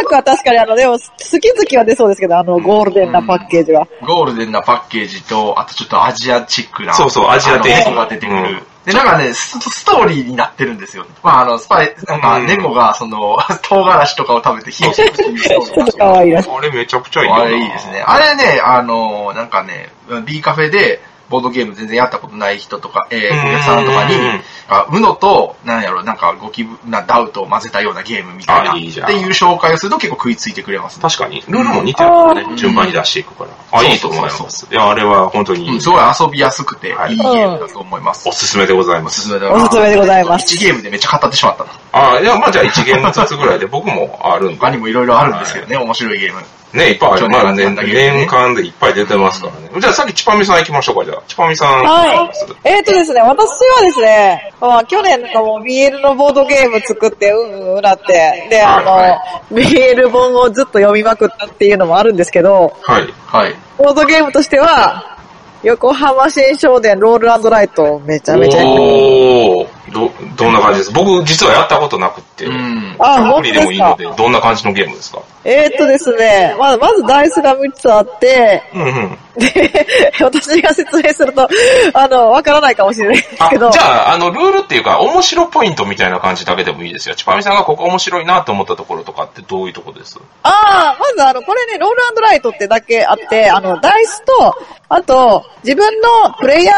[SPEAKER 3] ークは確かにあの、でも、好き好きは出そうですけど、あの、ゴールデンなパッケージは。
[SPEAKER 2] ゴールデンなパッケージと、あとちょっとアジアチックな。
[SPEAKER 1] そうそうアジア的な
[SPEAKER 2] あの猫が出てくる。
[SPEAKER 1] うん
[SPEAKER 2] で、なんかねス、ストーリーになってるんですよ。まあ、あの、スパイ、なんか、
[SPEAKER 1] うん
[SPEAKER 2] 猫が、その、 唐辛子とかを食べて火をつけてるストーリー
[SPEAKER 3] ちょっと可愛いらしい。
[SPEAKER 1] あれめちゃくちゃいいよな
[SPEAKER 2] あれいいですね。。あれね、あの、なんかね、B カフェで、ボードゲーム全然やったことない人とか、えー、お客さんとかに
[SPEAKER 1] うん、
[SPEAKER 2] あ、うのと、なんやろ、なんか、ゴキブなダウトを混ぜたようなゲームみたいな、
[SPEAKER 1] あいいじゃん
[SPEAKER 2] っていう紹介をすると結構食いついてくれますね。
[SPEAKER 1] 確かに、ルールも似てるから
[SPEAKER 2] うん
[SPEAKER 1] ね、順番に出していくから。あ、
[SPEAKER 2] そう
[SPEAKER 1] いいと
[SPEAKER 2] そう
[SPEAKER 1] 思い
[SPEAKER 2] そ
[SPEAKER 1] ま
[SPEAKER 2] うそ
[SPEAKER 1] す。
[SPEAKER 2] う
[SPEAKER 1] いや、あれは本当にいい、
[SPEAKER 2] うん、すごい遊びやすくて、いいゲ
[SPEAKER 1] はい
[SPEAKER 2] ームだと思います
[SPEAKER 1] お。すすめでござい
[SPEAKER 2] お
[SPEAKER 1] ますす。
[SPEAKER 2] すめで
[SPEAKER 3] おすすめでございます。
[SPEAKER 2] 1ゲームでめっちゃ語ってしまったな。
[SPEAKER 1] あ、いや、まあじゃあ1ゲームずつぐらいで僕もあるん
[SPEAKER 2] 他
[SPEAKER 1] か。
[SPEAKER 2] に
[SPEAKER 1] ね、
[SPEAKER 2] もいろいろあるんですけどね、面白いゲーム。
[SPEAKER 1] いっぱいある。まあ、ね、
[SPEAKER 2] 去年のゲームね
[SPEAKER 1] 年間でいっぱい出てますからね。じゃあさっきチパミさん行きましょうか、じゃあ。チパミさん。
[SPEAKER 3] はい。えっ、とですね、私はですね、まあ、去年なんかもう BL のボードゲーム作って、うんうんうなって、で、あの、BL 本をずっと読みまくったっていうのもあるんですけど、
[SPEAKER 1] はい。
[SPEAKER 2] はい。
[SPEAKER 3] ボードゲームとしては、横浜新商店ロールライトめちゃめちゃやってます
[SPEAKER 1] おーど、どんな感じです僕実はやったことなくって。
[SPEAKER 2] うん。
[SPEAKER 3] あ、
[SPEAKER 1] ア
[SPEAKER 3] 本
[SPEAKER 1] プリ
[SPEAKER 3] 当で
[SPEAKER 1] でもいいの
[SPEAKER 3] す
[SPEAKER 1] で
[SPEAKER 3] か。、
[SPEAKER 1] どんな感じのゲームですか
[SPEAKER 3] えーっとですね、まあ、まずダイスが3つあって、
[SPEAKER 1] うんうん。
[SPEAKER 3] で、私が説明すると、あの、わからないかもしれないです
[SPEAKER 1] あ、
[SPEAKER 3] けど、
[SPEAKER 1] じゃあ、あの、ルールっていうか、面白ポイントみたいな感じだけでもいいですよ。ちぱみさんがここ面白いなと思ったところとかってどういうとこです
[SPEAKER 3] ああ、まずあの、これね、ロールライトってだけあって、あの、ダイスと、あと、自分のプレイヤー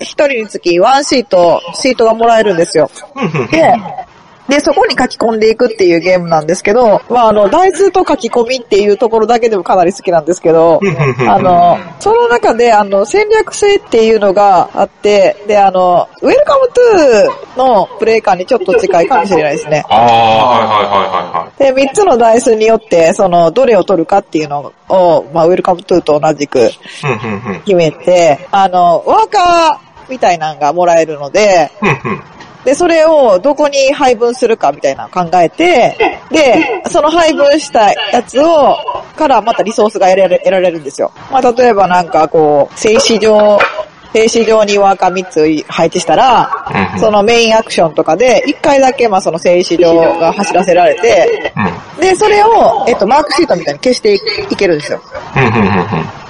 [SPEAKER 3] 一人につき、ワンシート、シートがもらえるんですよ。
[SPEAKER 1] うんうんうん。
[SPEAKER 3] で、で、そこに書き込んでいくっていうゲームなんですけど、まああの、大豆と書き込みっていうところだけでもかなり好きなんですけど、あの、その中で、あの、戦略性っていうのがあって、で、あの、ウェルカムトゥーのプレイ感にちょっと近いかもしれないですね。
[SPEAKER 1] ああ、はいはいはいはいはい。
[SPEAKER 3] で、3つのダイスによって、その、どれを取るかっていうのを、まあ、ウェルカムトゥーと同じく
[SPEAKER 1] うんうんうん。
[SPEAKER 3] 決めて、あの、ワーカーみたいなのがもらえるので、
[SPEAKER 1] うんうん。
[SPEAKER 3] で、それをどこに配分するかみたいなのを考えて、で、その配分したやつを、からまたリソースが得られ得られるんですよ。まあ、例えばなんかこう、静止上、静止上にワーカー3つ配置したら、
[SPEAKER 1] うんうん
[SPEAKER 3] そのメインアクションとかで、1回だけまあその静止上が走らせられて、
[SPEAKER 1] うん
[SPEAKER 3] で、それを、えっと、マークシートみたいに消していいけるんですよ。
[SPEAKER 1] うんうんうん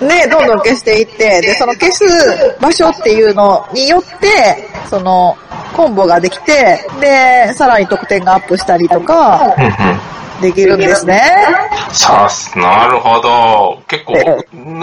[SPEAKER 1] うん。
[SPEAKER 3] で、どんどん消していって、で、その消す場所っていうのによって、その、コンボができて、で、さらに得点がアップしたりとか、
[SPEAKER 1] うんうん
[SPEAKER 3] できるんですね。
[SPEAKER 1] さあす、なるほど。結構、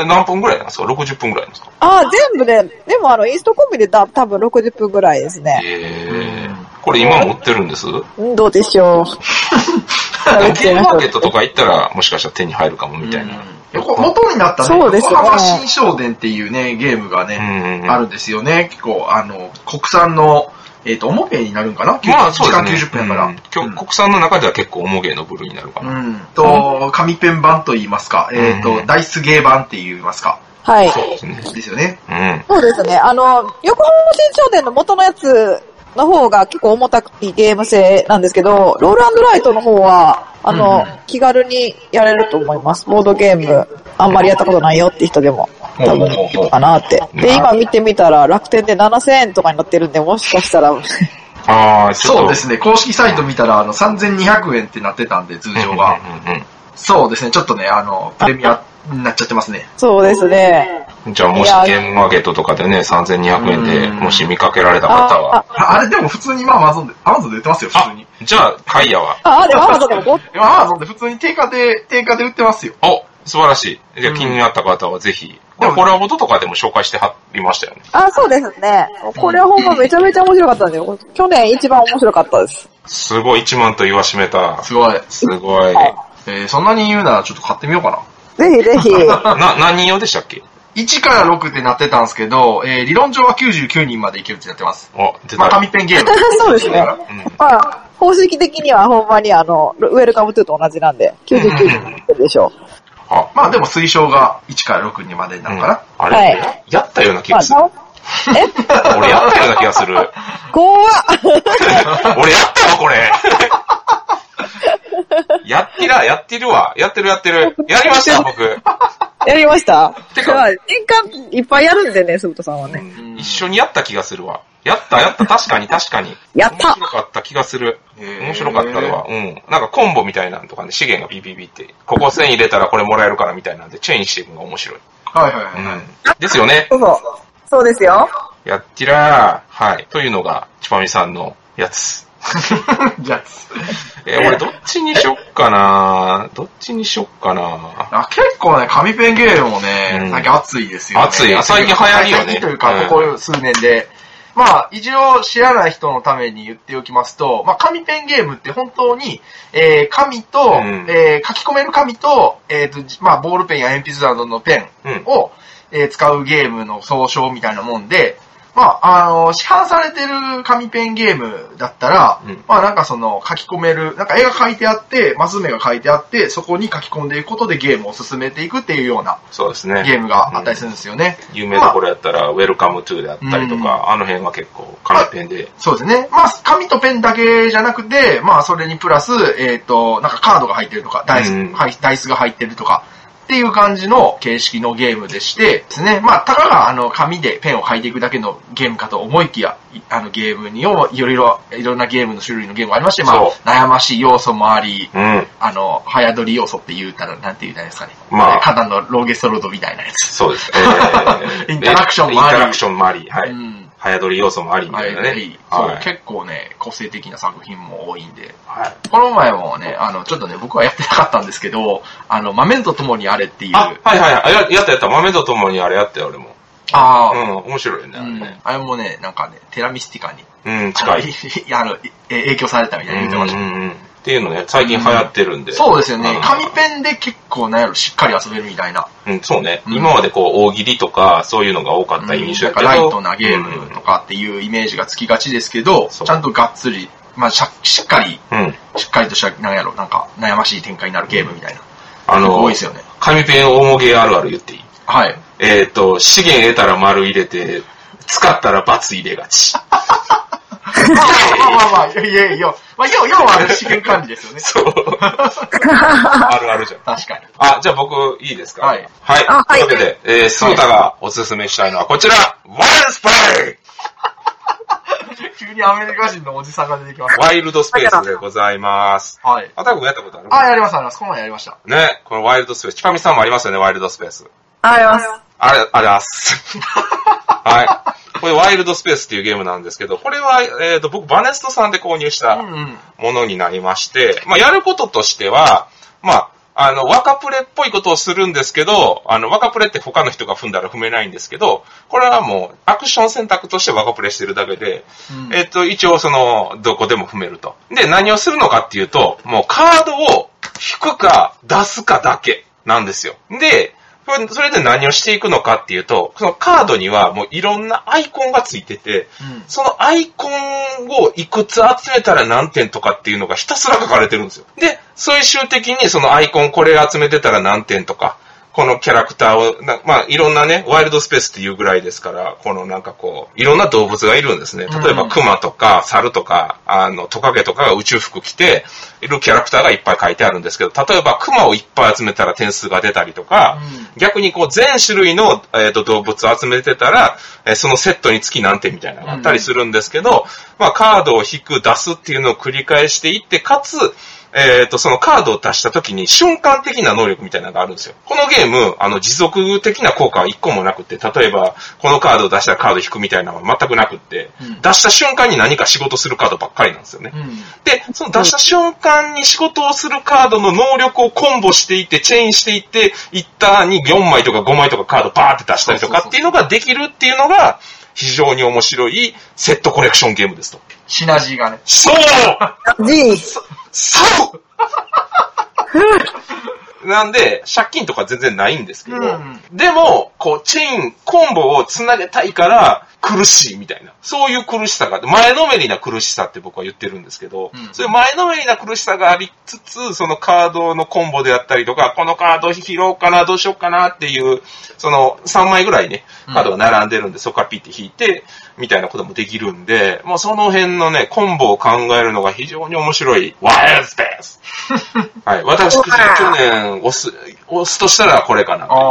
[SPEAKER 1] 何分ぐらいなんですか ?60 分ぐらいなんですか
[SPEAKER 3] あー、全部で、でもあの、インストコンビでだ多分60分ぐらいですね。
[SPEAKER 1] ええこれ今持ってるんです
[SPEAKER 3] うんどうでしょう。
[SPEAKER 1] ゲームマ
[SPEAKER 3] 食べてみましょ
[SPEAKER 1] ー
[SPEAKER 3] う
[SPEAKER 1] ケットとか行ったら、もしかしたら手に入るかもみたいな。
[SPEAKER 2] うんこ元になったね、
[SPEAKER 3] そうですよね
[SPEAKER 2] 横浜新商店っていうね、ゲームがね、
[SPEAKER 1] うんうん
[SPEAKER 2] あるんですよね。結構、あの、国産の、えっ、と、重ペになるんかな
[SPEAKER 1] まあそうですね。
[SPEAKER 2] 時間90分やから。
[SPEAKER 1] うん今日、国産の中では結構重芸の部類になるかな。
[SPEAKER 2] うん。うんと、紙ペン版と言いますか、えっ、
[SPEAKER 1] うんう
[SPEAKER 2] と、
[SPEAKER 1] ん
[SPEAKER 2] ダイスゲー版って言いますか。
[SPEAKER 3] はい。
[SPEAKER 1] そうですね。
[SPEAKER 2] ですよね。
[SPEAKER 1] うん。
[SPEAKER 3] そうですね。あの、横浜新商店の元のやつの方が結構重たくてゲーム性なんですけど、ロールライトの方は、あの、
[SPEAKER 2] うん
[SPEAKER 3] 気軽にやれると思います。ボードゲーム、あんまりやったことないよって人でも、多分いいのかなって。
[SPEAKER 1] うん
[SPEAKER 3] で、今見てみたら楽天で7000円とかになってるんで、もし かしたら、
[SPEAKER 1] ああ、ちょっと。
[SPEAKER 2] そうですね。公式サイト見たら、あの、3200円ってなってたんで、通
[SPEAKER 1] うんうん
[SPEAKER 2] 常
[SPEAKER 1] うん
[SPEAKER 2] が。そうですね。ちょっとね、あの、プレミアになっちゃってますね。
[SPEAKER 3] そうですね。
[SPEAKER 1] じゃあもしゲームマーケットとかでね、3200円で
[SPEAKER 2] うん
[SPEAKER 1] もし見かけられた方
[SPEAKER 3] あ
[SPEAKER 1] は、、
[SPEAKER 2] ああれでも普通に今アマゾンで、アマゾンで売ってますよ、普
[SPEAKER 1] あ
[SPEAKER 2] 通に。、
[SPEAKER 1] じゃあ、カイヤは、
[SPEAKER 3] あ、あ、でもアマゾンでもご
[SPEAKER 2] 今アマゾンで普通に定価で、定価で売ってますよ。
[SPEAKER 1] お、素晴らしい。じゃあ
[SPEAKER 2] うん
[SPEAKER 1] 気になった方はぜひ、これコラボととかでも紹介してはりましたよね。
[SPEAKER 3] あ、そうですね。これはほんまめちゃめちゃ面白かったんで、去年一番面白かったです。
[SPEAKER 1] すごい、1万と言わしめた。
[SPEAKER 2] すごい。
[SPEAKER 1] すごい。
[SPEAKER 2] えー、そんなに言うならちょっと買ってみようかな。
[SPEAKER 3] ぜひぜひ。
[SPEAKER 1] な、何用でしたっけ
[SPEAKER 2] 1から6ってなってたんですけど、えー、理論上は99人までいけるってなってます。
[SPEAKER 1] お、出
[SPEAKER 2] まあ、
[SPEAKER 1] た。
[SPEAKER 2] 紙ペンゲー ム。
[SPEAKER 3] そうですね。
[SPEAKER 1] うん。
[SPEAKER 3] まあ、方式的にはほんまにあの、ウェルカムトゥーと同じなんで、99でしょう。
[SPEAKER 1] あ、
[SPEAKER 2] まあでも推奨が1から6にまでなのかな。
[SPEAKER 1] あれ、
[SPEAKER 3] はい
[SPEAKER 1] やったような気
[SPEAKER 3] ま
[SPEAKER 1] が
[SPEAKER 3] あ、
[SPEAKER 1] する。
[SPEAKER 3] なえ
[SPEAKER 1] 俺やったような気がす る。
[SPEAKER 3] 怖っ
[SPEAKER 1] 俺やったわ、これ。 やってら、やってるわ。やってるやってる。やりました、僕。
[SPEAKER 3] やりました
[SPEAKER 1] てか
[SPEAKER 3] まあ年間いっぱいやるんでね、スブトさんはね。
[SPEAKER 1] うん一緒にやった気がするわ。やった、やった、確かに、確かに。
[SPEAKER 3] やった
[SPEAKER 1] 面白かった気がする。
[SPEAKER 2] へー
[SPEAKER 1] 面白かったわ。うん。なんかコンボみたいなのとかね、資源がビビビって、ここ1000入れたらこれもらえるからみたいなんで、チェインしていくのが面白い。
[SPEAKER 2] はいはいうはいはい。
[SPEAKER 1] ん。ですよね。
[SPEAKER 3] そうそう。そうですよ。
[SPEAKER 1] やってらー。はい。というのが、ちぱみさんのやつ。
[SPEAKER 2] じゃ
[SPEAKER 1] えー俺どっちにしよっかなどっちにしよっかな
[SPEAKER 2] あ、あ結構ね、紙ペンゲームもね、
[SPEAKER 1] うん
[SPEAKER 2] 最近熱いですよ、ね。
[SPEAKER 1] 熱い最近流行りよね
[SPEAKER 2] 最近という
[SPEAKER 1] う
[SPEAKER 2] か、
[SPEAKER 1] ん
[SPEAKER 2] ここ数年で。まあ、一応知らない人のために言っておきますと、まあ、紙ペンゲームって本当に、えー、紙と、
[SPEAKER 1] うん
[SPEAKER 2] えー書き込める紙と、えっ、と、じまあ、ボールペンや鉛筆などのペ
[SPEAKER 1] う
[SPEAKER 2] ン
[SPEAKER 1] ん。
[SPEAKER 2] を、えー使うゲームの総称みたいなもんで、まあ、あの、市販されてる紙ペンゲームだったら、
[SPEAKER 1] うん
[SPEAKER 2] まあなんかその書き込める、なんか絵が描いてあって、マス目が描いてあって、そこに書き込んでいくことでゲームを進めていくっていうような
[SPEAKER 1] そうですね。
[SPEAKER 2] ゲームがあったりするんですよね。
[SPEAKER 1] 有名どころやったら、ウェルカムトゥーであったりとか、あの辺は結構、紙ペンで。
[SPEAKER 2] そうですね。まあ、紙とペンだけじゃなくて、まあ、それにプラス、えっ、と、なんかカードが入ってるとか、ダイス、
[SPEAKER 1] うん
[SPEAKER 2] はいダイスが入ってるとか、っていう感じの形式のゲームでして、ですね。まあ、たかが、あの、紙でペンを書いていくだけのゲームかと思いきや、いあの、ゲームにも、いろいろ、いろんなゲームの種類のゲームがありまして、まあ
[SPEAKER 1] そう、
[SPEAKER 2] 悩ましい要素もあり、
[SPEAKER 1] うん。
[SPEAKER 2] あの、早取り要素って言うたら、なんて言うたらいいですかね。
[SPEAKER 1] まあ
[SPEAKER 2] ただのローゲストロードみたいなやつ。
[SPEAKER 1] そう です。え
[SPEAKER 2] インタラクションもあり
[SPEAKER 1] インタラクションもあり。は
[SPEAKER 2] う
[SPEAKER 1] い。
[SPEAKER 2] ん。
[SPEAKER 1] 早撮り要素もありみ
[SPEAKER 2] あ
[SPEAKER 1] た
[SPEAKER 2] れ
[SPEAKER 1] いなね。
[SPEAKER 2] そう、
[SPEAKER 1] はい。
[SPEAKER 2] 結構ね、個性的な作品も多いんで、
[SPEAKER 1] はい
[SPEAKER 2] この前もね、あの、ちょっとね、僕はやってなかったんですけど、あの、豆と共にあれっていう、
[SPEAKER 1] あ、はいはいはい。ややったやった。豆と共にあれやったよ、俺も。
[SPEAKER 2] あ
[SPEAKER 1] う
[SPEAKER 2] ー、
[SPEAKER 1] ん、面白いよね、
[SPEAKER 2] う
[SPEAKER 1] あれ
[SPEAKER 2] ん
[SPEAKER 1] ね。
[SPEAKER 2] あれもね、なんかね、テラミスティカに、
[SPEAKER 1] うん、近い。
[SPEAKER 2] いやあの、いえ影響されたみたいな言ってました。
[SPEAKER 1] うんうんうんっていうのね、最近流行ってるんで。
[SPEAKER 2] そうですよね
[SPEAKER 1] ん。
[SPEAKER 2] 紙ペンで結構なんやろ、しっかり遊べるみたいな。
[SPEAKER 1] うん、そうね。
[SPEAKER 2] うん
[SPEAKER 1] 今までこう、大喜利とか、そういうのが多かった印象や
[SPEAKER 2] なんか
[SPEAKER 1] けど。
[SPEAKER 2] ライトなゲーム
[SPEAKER 1] う
[SPEAKER 2] とかっていうイメージがつきがちですけど、
[SPEAKER 1] そう
[SPEAKER 2] ちゃんとがっつり、まあしゃ、しっかり、
[SPEAKER 1] ん。うん。
[SPEAKER 2] しっかりとした、なんやろ、なんか、悩ましい展開になるゲームみたいな。
[SPEAKER 1] あ
[SPEAKER 2] 結構
[SPEAKER 1] の
[SPEAKER 2] 多いで、すよね。
[SPEAKER 1] 紙ペン大もげあるある言っていい
[SPEAKER 2] はい。
[SPEAKER 1] えっ、と、資源得たら丸入れて、使ったら罰入れがち。
[SPEAKER 2] まあまあまあまあ、いやいやいや、まあ、要要は資源管理ですよね。
[SPEAKER 1] そう。あるあるじゃん。
[SPEAKER 2] 確かに。
[SPEAKER 1] あ、じゃあ僕、いいですか
[SPEAKER 2] はい。
[SPEAKER 1] はい。
[SPEAKER 3] あは
[SPEAKER 1] と
[SPEAKER 3] い
[SPEAKER 1] いうわけで、えー、スータがおすすめしたいのはこちら、ワイルドスペース
[SPEAKER 2] 急にアメリカ人のおじさんが出てきました。
[SPEAKER 1] ワイルドスペースでございます。
[SPEAKER 2] はい。
[SPEAKER 1] あ、たくやったことある
[SPEAKER 2] あ、やりました、やりました。この前やりました。
[SPEAKER 1] ね、このワイルドスペース。ちかみさんもありますよね、ワイルドスペース。
[SPEAKER 3] あります。
[SPEAKER 1] あれ、あれあっす。 はい。これ、ワイルドスペースっていうゲームなんですけど、これは、えっ、と、僕、バネストさんで購入し
[SPEAKER 2] う
[SPEAKER 1] た
[SPEAKER 2] んうん。
[SPEAKER 1] ものになりまして、まあ、やることとしては、まあ、あの、若プレっぽいことをするんですけど、あの、若プレって他の人が踏んだら踏めないんですけど、これはもう、アクション選択として若プレしてるだけで、えっと、一応その、どこでも踏めると。で、何をするのかっていうと、もうカードを引くか出すかだけなんですよ。で、これそれで何をしていくのかっていうと、そのカードにはもういろんなアイコンがついてて、
[SPEAKER 2] うん
[SPEAKER 1] そのアイコンをいくつ集めたら何点とかっていうのがひたすら書かれてるんですよ。で、最終的にそのアイコンこれ集めてたら何点とか、このキャラクターを、なまあ、いろんなね、ワイルドスペースっていうぐらいですから、このなんかこう、いろんな動物がいるんですね。例え
[SPEAKER 2] う
[SPEAKER 1] ば
[SPEAKER 2] ん
[SPEAKER 1] クマとか、猿とか、あの、トカゲとかが宇宙服着て、いるキャラクターがいっぱい書いてあるんですけど、例えばクマをいっぱい集めたら点数が出たりとか、逆にこう全種類の、えー、と動物を集めてたら、えーそのセットにつき何点みたいなのがあったりするんですけど、まあカードを引く、出すっていうのを繰り返していって、かつ、えっ、と、そのカードを出した時に瞬間的な能力みたいなのがあるんですよ。このゲーム、あの、持続的な効果は一個もなくって、例えば、このカードを出したらカード引くみたいなのは全くなくって、
[SPEAKER 2] うん
[SPEAKER 1] 出した瞬間に何か仕事するカードばっかりなんですよね。
[SPEAKER 2] うん。
[SPEAKER 1] で、その出した瞬間に仕事をするカードの能力をコンボしていって、チェインしていって、一旦に4枚とか5枚とかカードバーって出したりとかっていうのができるっていうのが、非常に面白いセットコレクションゲームですと。
[SPEAKER 2] シナジーがね。
[SPEAKER 1] そう
[SPEAKER 3] ジ
[SPEAKER 1] そう なんで、借金とか全然ないんですけど、
[SPEAKER 2] うん
[SPEAKER 1] でも、こう、チェイン、コンボを繋げたいから、苦しいみたいな。そういう苦しさがあって、前のめりな苦しさって僕は言ってるんですけど、
[SPEAKER 2] うん
[SPEAKER 1] そういう前のめりな苦しさがありつつ、そのカードのコンボであったりとか、このカード拾おうかな、どうしようかなっていう、その3枚ぐらいね、カードが並んでるんで、そこからピッて引いて、みたいなこともできるんで、もうその辺のね、コンボを考えるのが非常に面白い、ワイルドスペースはい、私、去年押す、押すとしたらこれかなと
[SPEAKER 2] あ
[SPEAKER 1] いう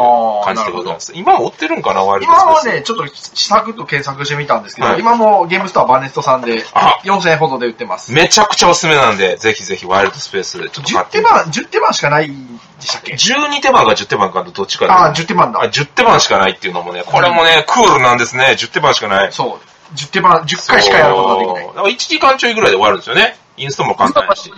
[SPEAKER 2] あ、
[SPEAKER 1] 感じでございます。今追ってるんかな、ワイルドスペ
[SPEAKER 2] 今
[SPEAKER 1] ース。
[SPEAKER 2] もね、ちょっとサクッと検索してみたんですけど、
[SPEAKER 1] はい
[SPEAKER 2] 今もゲームストアバネストさんで
[SPEAKER 1] あ
[SPEAKER 2] 4000円ほどで売ってます。
[SPEAKER 1] めちゃくちゃおすすめなんで、ぜひぜひワイルドスペース、ちょっと買っ
[SPEAKER 2] 10
[SPEAKER 1] て
[SPEAKER 2] 手
[SPEAKER 1] みて。
[SPEAKER 2] 番、10手番しかないんでしたっけ
[SPEAKER 1] 12手番か10手番かどっちかで。
[SPEAKER 2] ああ、10手番だ
[SPEAKER 1] あ。10手番しかないっていうのもね、これもね、クールなんですね。10手番しかない。
[SPEAKER 2] そう。10手番、10回しかやることができない
[SPEAKER 1] そう。だから1時間ちょいぐらいで終わるんですよね。インストも簡単やし。
[SPEAKER 3] ね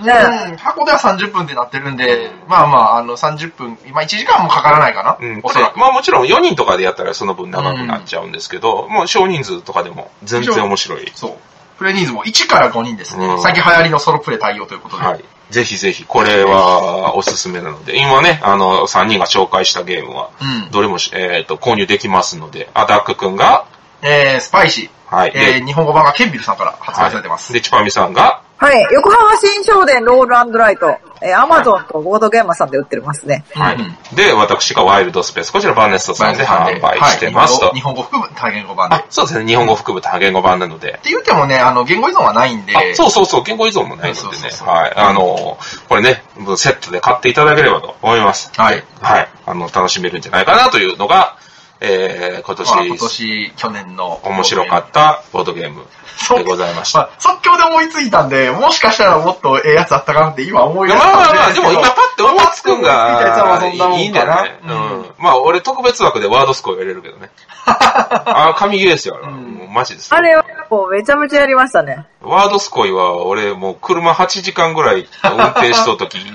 [SPEAKER 2] うん、箱では30分ってなってるんで、まあまあ、あの、30分、今1時間もかからないかな、
[SPEAKER 1] うん、
[SPEAKER 2] おそらく。
[SPEAKER 1] まあもちろん4人とかでやったらその分長くなっちゃうんですけど、もう少人数とかでも全然面白い。
[SPEAKER 2] そう。プレイニーズも1から5人ですね。
[SPEAKER 1] うん
[SPEAKER 2] 最近流行りのソロプレイ対応ということで。
[SPEAKER 1] はい。ぜひぜひ、これはおすすめなので、今ね、あの、3人が紹介したゲームは、
[SPEAKER 2] うん
[SPEAKER 1] どれもし、えっ、と、購入できますので、アダックくんが、
[SPEAKER 2] えー、スパイシ
[SPEAKER 1] はい。
[SPEAKER 2] ー。え
[SPEAKER 1] で
[SPEAKER 2] ー、日本語版がケンビルさんから発売されてま
[SPEAKER 1] は
[SPEAKER 2] す。
[SPEAKER 1] いで、チュパミさんが、
[SPEAKER 3] はい。横浜新商店ロールライト。えー、アマゾンとボードゲームさんで売ってますね。
[SPEAKER 2] は。
[SPEAKER 1] はいい。で、私がワイルドスペース、こちらバーネストさんで販売してますと
[SPEAKER 2] はい日。本語日本語含む多言語版で。っ
[SPEAKER 1] あ、そうですね。日本語含む多言語版なので、
[SPEAKER 2] て言ってもね、あの、言語依存はないんで、
[SPEAKER 1] あそうそうそう、言語依存もないの
[SPEAKER 2] そう
[SPEAKER 1] で
[SPEAKER 2] そ
[SPEAKER 1] ね
[SPEAKER 2] う。そう
[SPEAKER 1] はい。あのー、これね、セットで買っていただければと思います。
[SPEAKER 2] はい。
[SPEAKER 1] はい。あの、楽しめるんじゃないかなというのが、えー、今
[SPEAKER 2] まあ今
[SPEAKER 1] 年、
[SPEAKER 2] 年、去年の。
[SPEAKER 1] 面白かったボードゲーム
[SPEAKER 2] そう
[SPEAKER 1] でございまし
[SPEAKER 2] ま
[SPEAKER 1] た。
[SPEAKER 2] あ、即興で思いついたんで、もしかしたらもっとええやつあったかなって今思い
[SPEAKER 1] い
[SPEAKER 2] 出
[SPEAKER 1] や
[SPEAKER 2] し
[SPEAKER 1] まあま
[SPEAKER 2] た
[SPEAKER 1] あ
[SPEAKER 2] ん
[SPEAKER 1] まあ、
[SPEAKER 2] す
[SPEAKER 1] で
[SPEAKER 2] け
[SPEAKER 1] も
[SPEAKER 2] ど
[SPEAKER 1] 今パッて思いつくんが、
[SPEAKER 2] 思いついたやつはそんなもんかない
[SPEAKER 1] いんじゃない
[SPEAKER 2] うん
[SPEAKER 1] うん。まあ俺特別枠でワードスコア入れるけど ね。あー、神ゲーですよ。あれは
[SPEAKER 2] うん
[SPEAKER 1] もうマジです。
[SPEAKER 3] あれはもうめちゃめちゃやりましたね。
[SPEAKER 1] ワードスコイは、俺、もう車8時間ぐらい運転しとうとき、ずっ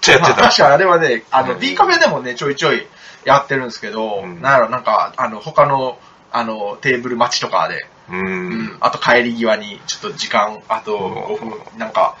[SPEAKER 1] とやって
[SPEAKER 2] まあ
[SPEAKER 1] た
[SPEAKER 2] 確。かにあれはね、あの、
[SPEAKER 1] うん
[SPEAKER 2] D カフェでもね、ちょいちょいやってるんですけど、
[SPEAKER 1] うん
[SPEAKER 2] なんやろ、なんか、あの、他の、あの、テーブル待ちとかで、
[SPEAKER 1] う。
[SPEAKER 2] うんん、あと帰り際に、ちょっと時間、あと5分、なんか、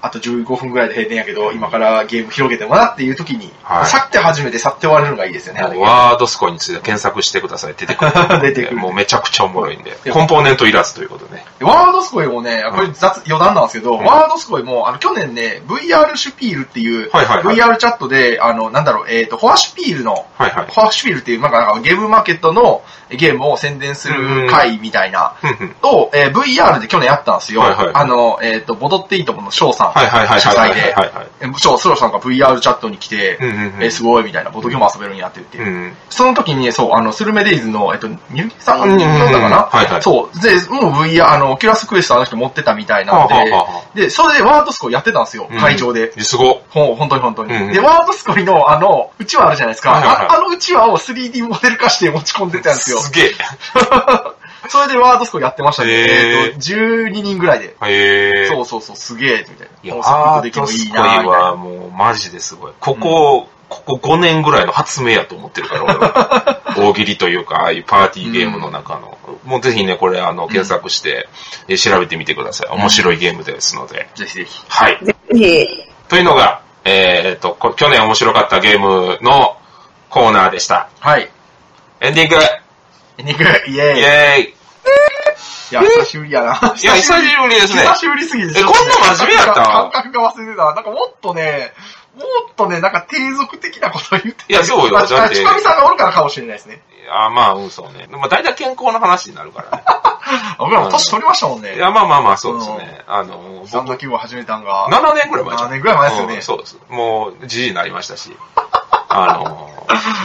[SPEAKER 2] あと15分ぐらいで閉店やけど、今からゲーム広げてもなっていう時に、
[SPEAKER 1] はい
[SPEAKER 2] 去って始めて去って終われるのがいいですよね、あれ
[SPEAKER 1] ワードスコアについて検索してください。出てくる。
[SPEAKER 2] 出てくる
[SPEAKER 1] もうめちゃくちゃおもろいんで。
[SPEAKER 2] や
[SPEAKER 1] コンポーネントいらずということでね。
[SPEAKER 2] ワードスコイもね、これ雑、余談なんですけど、
[SPEAKER 1] うん
[SPEAKER 2] ワードスコイも、あの、去年ね、VR シュピールっていう、
[SPEAKER 1] はいはいはい
[SPEAKER 2] VR チャットで、あの、なんだろう、えっ、と、フォアシュピールの、
[SPEAKER 1] はいはい
[SPEAKER 2] フォアシュピールっていう、なんか、なんかゲームマーケットのゲームを宣伝する会みたいな、
[SPEAKER 1] ふんふん
[SPEAKER 2] を、えー VR で去年やったんですよ。
[SPEAKER 1] はいはいはい
[SPEAKER 2] あの、えっ、と、ボドっていいともの翔さん。
[SPEAKER 1] はいはいはい
[SPEAKER 2] 主
[SPEAKER 1] はいは
[SPEAKER 2] 催
[SPEAKER 1] い
[SPEAKER 2] で
[SPEAKER 1] はいはい。
[SPEAKER 2] え翔、スロさんが VR チャットに来て、
[SPEAKER 1] うんうんうん
[SPEAKER 2] えーすごいみたいな、ボドゲーム遊べるんやって言って、
[SPEAKER 1] うん。
[SPEAKER 2] その時にね、そう、あの、スルメデイズの、えっと、ミルキさんだ
[SPEAKER 1] うんうんうん
[SPEAKER 2] ったかな、
[SPEAKER 1] はいはい
[SPEAKER 2] そう。で、もう VR、あの、オキュラスクエストあの人持ってたみたいなんで、
[SPEAKER 1] はあはあは
[SPEAKER 2] で、それでワードスコやってたんですよ、会場で。
[SPEAKER 1] えすごっ。
[SPEAKER 2] ほん、本当に本当に。
[SPEAKER 1] うんうん
[SPEAKER 2] で、ワードスコイの、あの、うちわあるじゃないですか。
[SPEAKER 1] はいはいはい
[SPEAKER 2] ああのうちわを 3D モデル化して持ち込んでたんですよ。
[SPEAKER 1] すげ
[SPEAKER 2] それでワードスコやってましたね。
[SPEAKER 1] へー
[SPEAKER 2] えっと、12人ぐらいで。
[SPEAKER 1] え。へえ。
[SPEAKER 2] そうそうそう、すげえ、みたい
[SPEAKER 1] い
[SPEAKER 2] な。
[SPEAKER 1] や、
[SPEAKER 2] もう
[SPEAKER 1] ワ
[SPEAKER 2] 即
[SPEAKER 1] ー
[SPEAKER 2] 興
[SPEAKER 1] ド
[SPEAKER 2] でき
[SPEAKER 1] ス
[SPEAKER 2] る
[SPEAKER 1] コイ
[SPEAKER 2] のいいなみたいな
[SPEAKER 1] はもうマジですごい。ここ、ここ5年ぐらいの発明やと思って るから、俺は。大喜利というか、ああいうパーティーゲームの中の。もうぜひね、これ、あの、検索して、え調べてみてください。面白いゲームですので。
[SPEAKER 2] ぜひぜひ。
[SPEAKER 1] はい。
[SPEAKER 3] ぜひ。
[SPEAKER 1] というのが、えーっと、こ去年面白かったゲームのコーナーでした。
[SPEAKER 2] はい。
[SPEAKER 1] エンディング
[SPEAKER 2] エンディング、イエーイ。
[SPEAKER 1] イ
[SPEAKER 2] い
[SPEAKER 1] ェーイ
[SPEAKER 2] や、久しぶりやな。
[SPEAKER 1] いや、久しぶりですね。
[SPEAKER 2] 久しぶりすぎて。
[SPEAKER 1] えこんな真面目やった
[SPEAKER 2] 感覚が忘れてた。なんかもっとね、もっとね、なんか低俗的なこと言ってた。
[SPEAKER 1] いやそうよ
[SPEAKER 2] まあ
[SPEAKER 1] だって
[SPEAKER 2] ちかみさんがおるからかもしれないですね。
[SPEAKER 1] あまあ、うん、そうね。まあ、大体健康の話になるから
[SPEAKER 2] 僕らも年取りましたもんね。
[SPEAKER 1] ね。いや、まあまあまあ、そうですね。あの、
[SPEAKER 2] そん
[SPEAKER 1] 僕、
[SPEAKER 2] な気分始めたんが。
[SPEAKER 1] 7年ぐらい前
[SPEAKER 2] 7年ぐらい前ですよね
[SPEAKER 1] うんそうです。もう、じじになりましたし。 あの、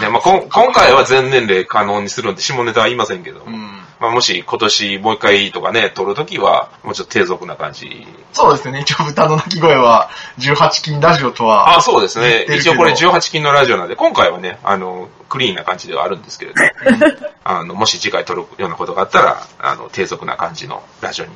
[SPEAKER 1] ね、まあ、こん今回は全年齢可能にするんで、下ネタは言いませんけど
[SPEAKER 2] う
[SPEAKER 1] も。
[SPEAKER 2] ん。
[SPEAKER 1] まあ、もし今年もう一回とかね、撮るときは、もうちょっと低俗な感じ。
[SPEAKER 2] そうですね。一応豚の鳴き声は18禁ラジオとは。
[SPEAKER 1] あ、そうですね
[SPEAKER 2] 言って。るけ
[SPEAKER 1] 一
[SPEAKER 2] ど
[SPEAKER 1] 応これ18禁のラジオなんで、今回はね、あの、クリーンな感じではあるんですけれど、あの、もし次回撮るようなことがあったら、あの、低俗な感じのラジオに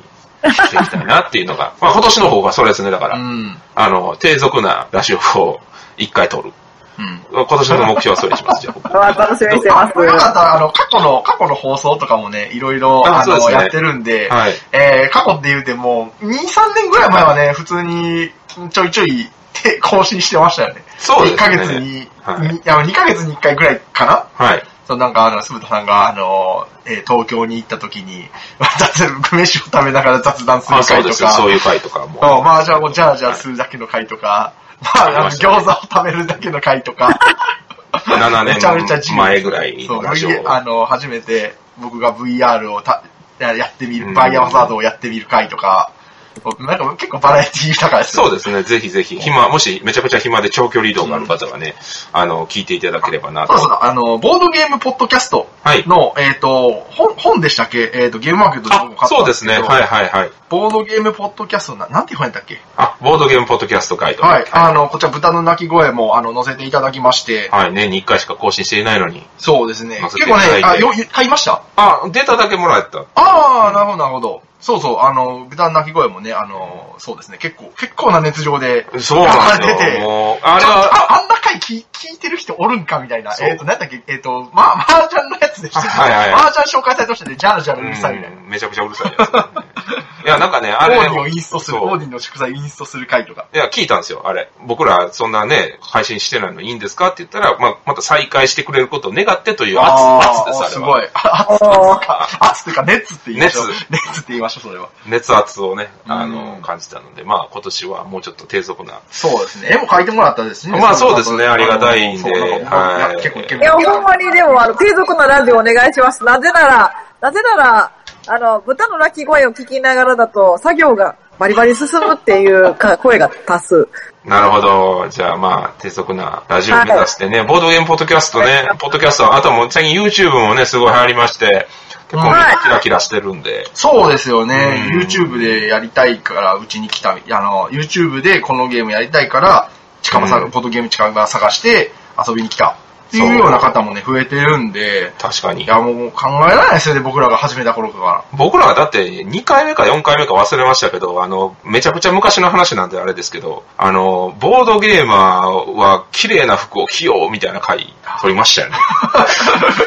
[SPEAKER 1] していきたいなっていうのが、まあ今年の方がそれですね、だから、
[SPEAKER 2] うん。
[SPEAKER 1] あの、低俗なラジオを一回撮る。
[SPEAKER 2] うん。
[SPEAKER 1] 今年の目標はそれにします、じゃあ僕。
[SPEAKER 3] わ楽しみにしてます。
[SPEAKER 2] よかったら、あの、過去の、過去の放送とかもね、いろいろ、
[SPEAKER 1] あ
[SPEAKER 2] あ
[SPEAKER 1] そうで
[SPEAKER 2] の、
[SPEAKER 1] すね
[SPEAKER 2] やってるんで、
[SPEAKER 1] はい。
[SPEAKER 2] えー、過去って言うても、2、3年ぐらい前はね、普通にちょいちょいて更新してましたよね。
[SPEAKER 1] そうですね。
[SPEAKER 2] 1ヶ月に、
[SPEAKER 1] はい
[SPEAKER 2] にいや2ヶ月に1回ぐらいかな
[SPEAKER 1] はい。
[SPEAKER 2] そうなんか、あの、鈴田さんが、あの、えー東京に行った時に、 雑飯を食べながら雑談する
[SPEAKER 1] あ、そ
[SPEAKER 2] 会
[SPEAKER 1] うで
[SPEAKER 2] と
[SPEAKER 1] すよ。
[SPEAKER 2] か、
[SPEAKER 1] そういう回とかも。
[SPEAKER 2] うんまあ、じゃあ、もう、じゃあ、じゃあ、するだけの会とか、まあ、あ
[SPEAKER 1] あり
[SPEAKER 2] の
[SPEAKER 1] ましたね
[SPEAKER 2] 餃子を食べるだけの会とか、
[SPEAKER 1] 7
[SPEAKER 2] めちゃめちゃ自
[SPEAKER 1] 年
[SPEAKER 2] 由
[SPEAKER 1] 前ぐらい
[SPEAKER 2] そう、
[SPEAKER 1] のラジオ。
[SPEAKER 2] V- あの、初めて僕が VR をたやってみ
[SPEAKER 1] う
[SPEAKER 2] る、
[SPEAKER 1] ん
[SPEAKER 2] バイアハザードをやってみる回とか、なんか結構バラエティー豊かですね
[SPEAKER 1] そうですね、ぜひぜひ、暇、もしめちゃくちゃ暇で長距離移動がある方はね、あの、聞いていただければなと
[SPEAKER 2] そう。そうそう、あの、ボードゲームポッドキャスト
[SPEAKER 1] はい。
[SPEAKER 2] の、えっ、と、本、本でしたっけえっ、と、ゲームマーケットで僕も
[SPEAKER 1] あ、
[SPEAKER 2] 買った
[SPEAKER 1] そ
[SPEAKER 2] ん
[SPEAKER 1] うですね、
[SPEAKER 2] けど
[SPEAKER 1] はいはいはい。
[SPEAKER 2] ボードゲームポッドキャストな、なんて本やったっけ
[SPEAKER 1] あ、ボードゲームポッドキャストガイド。
[SPEAKER 2] はい、あの、こちら豚の鳴き声も、あの、載せていただきまして、
[SPEAKER 1] はい、年に1回しか更新していないのに。
[SPEAKER 2] そうですね。
[SPEAKER 1] 載せて
[SPEAKER 2] 結
[SPEAKER 1] いた
[SPEAKER 2] 構
[SPEAKER 1] だいて
[SPEAKER 2] ね、あ、よ、よ買いました
[SPEAKER 1] あ、データだけもらった。
[SPEAKER 2] ああ、なるほど、なるほど。そうそう、あの、豚の鳴き声もね、あの、そうですね、結構、結構な熱情で、
[SPEAKER 1] そうなん
[SPEAKER 2] 書かれ
[SPEAKER 1] です
[SPEAKER 2] て
[SPEAKER 1] よ。
[SPEAKER 2] て
[SPEAKER 1] もう、あ
[SPEAKER 2] あ
[SPEAKER 1] れは、
[SPEAKER 2] あ、あんな回聞聞いてる人おるんかみたいな。
[SPEAKER 1] そう
[SPEAKER 2] えっ、と、なんだっけ、えっ、と、まあ、マージャンのやつでした。
[SPEAKER 1] はいはいはい
[SPEAKER 2] マージャン紹介されてましたね、ジャラジャラうるさいみたいな。
[SPEAKER 1] うんめちゃくちゃうるさいやつですね。いや、なんかね、
[SPEAKER 2] オ
[SPEAKER 1] あ
[SPEAKER 2] ーデ
[SPEAKER 1] れ、
[SPEAKER 2] ィンをインストする、
[SPEAKER 1] そう
[SPEAKER 2] オーディンの食材インストする回とか。
[SPEAKER 1] いや、聞いたんですよ、あれ。僕ら、そんなね、配信してないのいいんですかって言ったら、まあ、また再開してくれることを願ってという圧、圧です、あれは。
[SPEAKER 2] あーすごい。あ
[SPEAKER 3] お
[SPEAKER 2] 熱
[SPEAKER 3] ー
[SPEAKER 2] 熱っていうか、熱って言いましょう。
[SPEAKER 1] 熱
[SPEAKER 2] 熱って言いましょう、それは。
[SPEAKER 1] 熱圧をね、あの、
[SPEAKER 2] うん
[SPEAKER 1] 感じたので、まあ今年はもうちょっと低俗な。
[SPEAKER 2] そうですね。絵も描いてもらったですね。
[SPEAKER 1] まあそうですねありがたいんで
[SPEAKER 2] そうなんか
[SPEAKER 1] はい
[SPEAKER 2] や結構イケメン
[SPEAKER 3] いや、ほんまにでも、あの、低俗なラジオお願いします。なぜなら、なぜなら、あの、豚の鳴き声を聞きながらだと、作業がバリバリ進むっていうか声が多数。
[SPEAKER 1] なるほど。じゃあまあ低俗なラジオを目指してね、ボードゲームポッドキャストね、ポッドキャストは、あとはもう最近 YouTube もね、すごい流行りまして、結構みん
[SPEAKER 3] はい
[SPEAKER 1] なキラキラしてるんで、
[SPEAKER 2] そうですよね。
[SPEAKER 1] うん
[SPEAKER 2] YouTube でやりたいから、うちに来た、あの、YouTube でこのゲームやりたいから、近場さ、
[SPEAKER 1] うん
[SPEAKER 2] ポッドゲーム近場探して遊びに来た。っていうような方もね、増えてるんで、
[SPEAKER 1] 確か
[SPEAKER 2] い
[SPEAKER 1] に。
[SPEAKER 2] や、もう考えられないですよね、僕らが始めた頃 から。
[SPEAKER 1] 僕らはだって2回目か4回目か忘れましたけど、あの、めちゃくちゃ昔の話なんであれですけど、あの、ボードゲーマーは綺麗な服を着ようみたいな回撮りましたよ ね。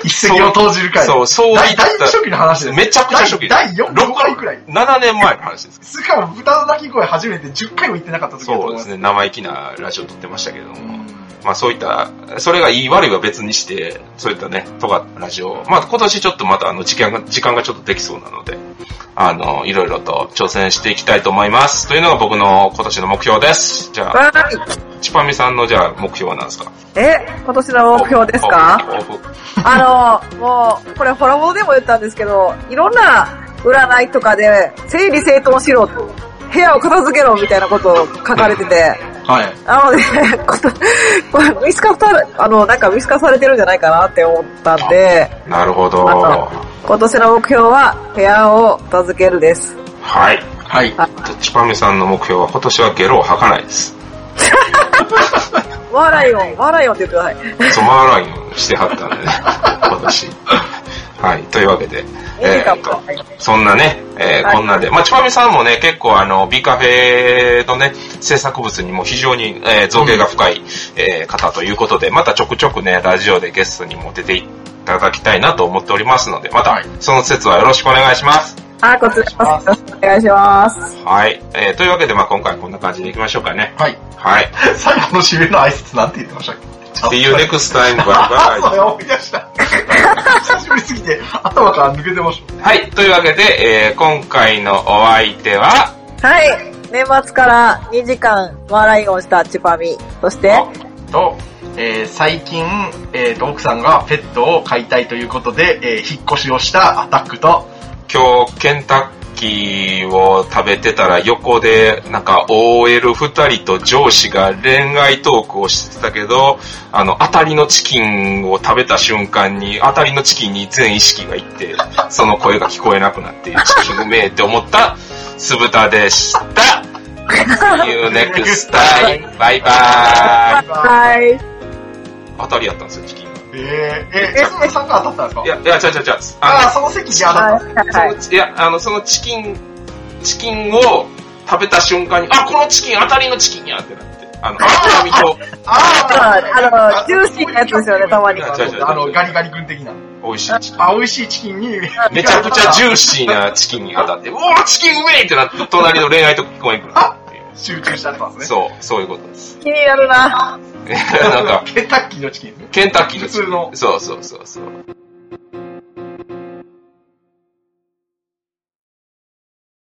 [SPEAKER 2] 一石を投じる回。
[SPEAKER 1] そう、そう
[SPEAKER 2] 大
[SPEAKER 1] った
[SPEAKER 2] 大初期の話です。
[SPEAKER 1] めちゃくちゃ初期
[SPEAKER 2] 第4回くらい。
[SPEAKER 1] 7年前の話です。
[SPEAKER 2] しかも、豚の鳴き声初めて10回も言ってなかった時だと
[SPEAKER 1] そう
[SPEAKER 2] 思い
[SPEAKER 1] で
[SPEAKER 2] ますす。
[SPEAKER 1] ね、生意気なラジオ撮ってましたけど
[SPEAKER 2] う
[SPEAKER 1] も。
[SPEAKER 2] ん
[SPEAKER 1] まあそういった、それがいい悪いは別にして、そういったね、とがラジオ、まあ今年ちょっとまたあの時間が、時間がちょっとできそうなので、あの、いろいろと挑戦していきたいと思います。というのが僕の今年の目標です。じゃあ、
[SPEAKER 3] はい。
[SPEAKER 1] チパミさんのじゃあ目標は何ですか
[SPEAKER 3] え、今年の目標ですか
[SPEAKER 1] 抱負抱負
[SPEAKER 3] あの、もう、これ、ホラボでも言ったんですけど、いろんな占いとかで、整理整頓しろ、部屋を片付けろみたいなことを書かれてて、
[SPEAKER 2] はい。
[SPEAKER 3] なので、 ことこれ見透かされ、あの、なんか見透かされてるんじゃないかなって思ったんで、
[SPEAKER 1] なるほど。
[SPEAKER 3] あ今年の目標は、部屋を片付けるです。
[SPEAKER 1] はい。
[SPEAKER 2] はい。
[SPEAKER 1] チパミさんの目標は今年はゲロを吐かないです。
[SPEAKER 3] ワーライオン、ワーライオンって言ってください。
[SPEAKER 1] ソマーラインをしては ったんでね、私。はい、というわけで、
[SPEAKER 3] いいか
[SPEAKER 1] ー
[SPEAKER 3] も
[SPEAKER 1] とそんなね、えー
[SPEAKER 3] はい
[SPEAKER 1] こんなで、まあ、ちばみさんもね、結構あの、B カフェのね、制作物にも非常に、えー造形が深い、えー方ということで、またちょくちょくね、ラジオでゲストにも出ていただきたいなと思っておりますので、ま
[SPEAKER 2] は
[SPEAKER 1] た
[SPEAKER 2] い、
[SPEAKER 1] その説はよろしくお願いします。
[SPEAKER 3] あ、こちらこそよろしくお願いします。
[SPEAKER 1] はい、えーというわけで、まあ、今回こんな感じでいきましょうかね。
[SPEAKER 2] はい。
[SPEAKER 1] はい。
[SPEAKER 2] 最後の締めの挨拶なんて言ってましたっけ
[SPEAKER 1] See you next time. Bye
[SPEAKER 2] あ
[SPEAKER 1] bye.
[SPEAKER 2] そうよ、思い出した。 久しぶりすぎて、頭から抜けてました。
[SPEAKER 1] はい、というわけで、えー今回のお相手は、
[SPEAKER 3] はい。年末から2時間、ワーライオンしたチュパミ。そして、
[SPEAKER 2] と、えー最近、えーと、奥さんがペットを飼いたいということで、えー引っ越しをしたアタックと、
[SPEAKER 1] 今日、ケンタッキを食べてたら横でなんか OL 二人と上司が恋愛トークをしてたけど、あの、当たりのチキンを食べた瞬間に当たりのチキンに全意識がいって、その声が聞こえなくなって、チキンうめえって思った酢豚でした。See you next time. バイバーイ。
[SPEAKER 3] はい。
[SPEAKER 1] 当たりやったんですよ、チキンが。
[SPEAKER 2] えー、え、え、そのさんが当たったんですか
[SPEAKER 1] いや、いや、ちゃうちゃうちゃう。あ
[SPEAKER 2] ああ、その席じゃ当たったんです
[SPEAKER 1] そ
[SPEAKER 3] はい
[SPEAKER 1] の。ちいや、あの、そのチキン、チキンを食べた瞬間に、あ、このチキン当たりのチキンやってなって、あの、赤身と
[SPEAKER 2] あ
[SPEAKER 3] あの、ジューシーなやつですよね、たまに。
[SPEAKER 1] 違う違う違う
[SPEAKER 2] あの、ガリガリ君的な。
[SPEAKER 1] 美味しいチキン。
[SPEAKER 2] あ、美味しいチキンに。
[SPEAKER 1] めちゃくちゃジューシーなチキンに当たって、うわチキンうめえってなって、隣の恋愛と聞こえんくなるってい
[SPEAKER 2] 集中しちゃってます
[SPEAKER 1] う。
[SPEAKER 2] ね。
[SPEAKER 1] そう、そういうことです。
[SPEAKER 3] 気になるな。
[SPEAKER 1] なんか、
[SPEAKER 2] ケンタッキーのチキンですね。
[SPEAKER 1] ケンタッキーのチキン
[SPEAKER 2] 普通の
[SPEAKER 1] そうそうそうそう。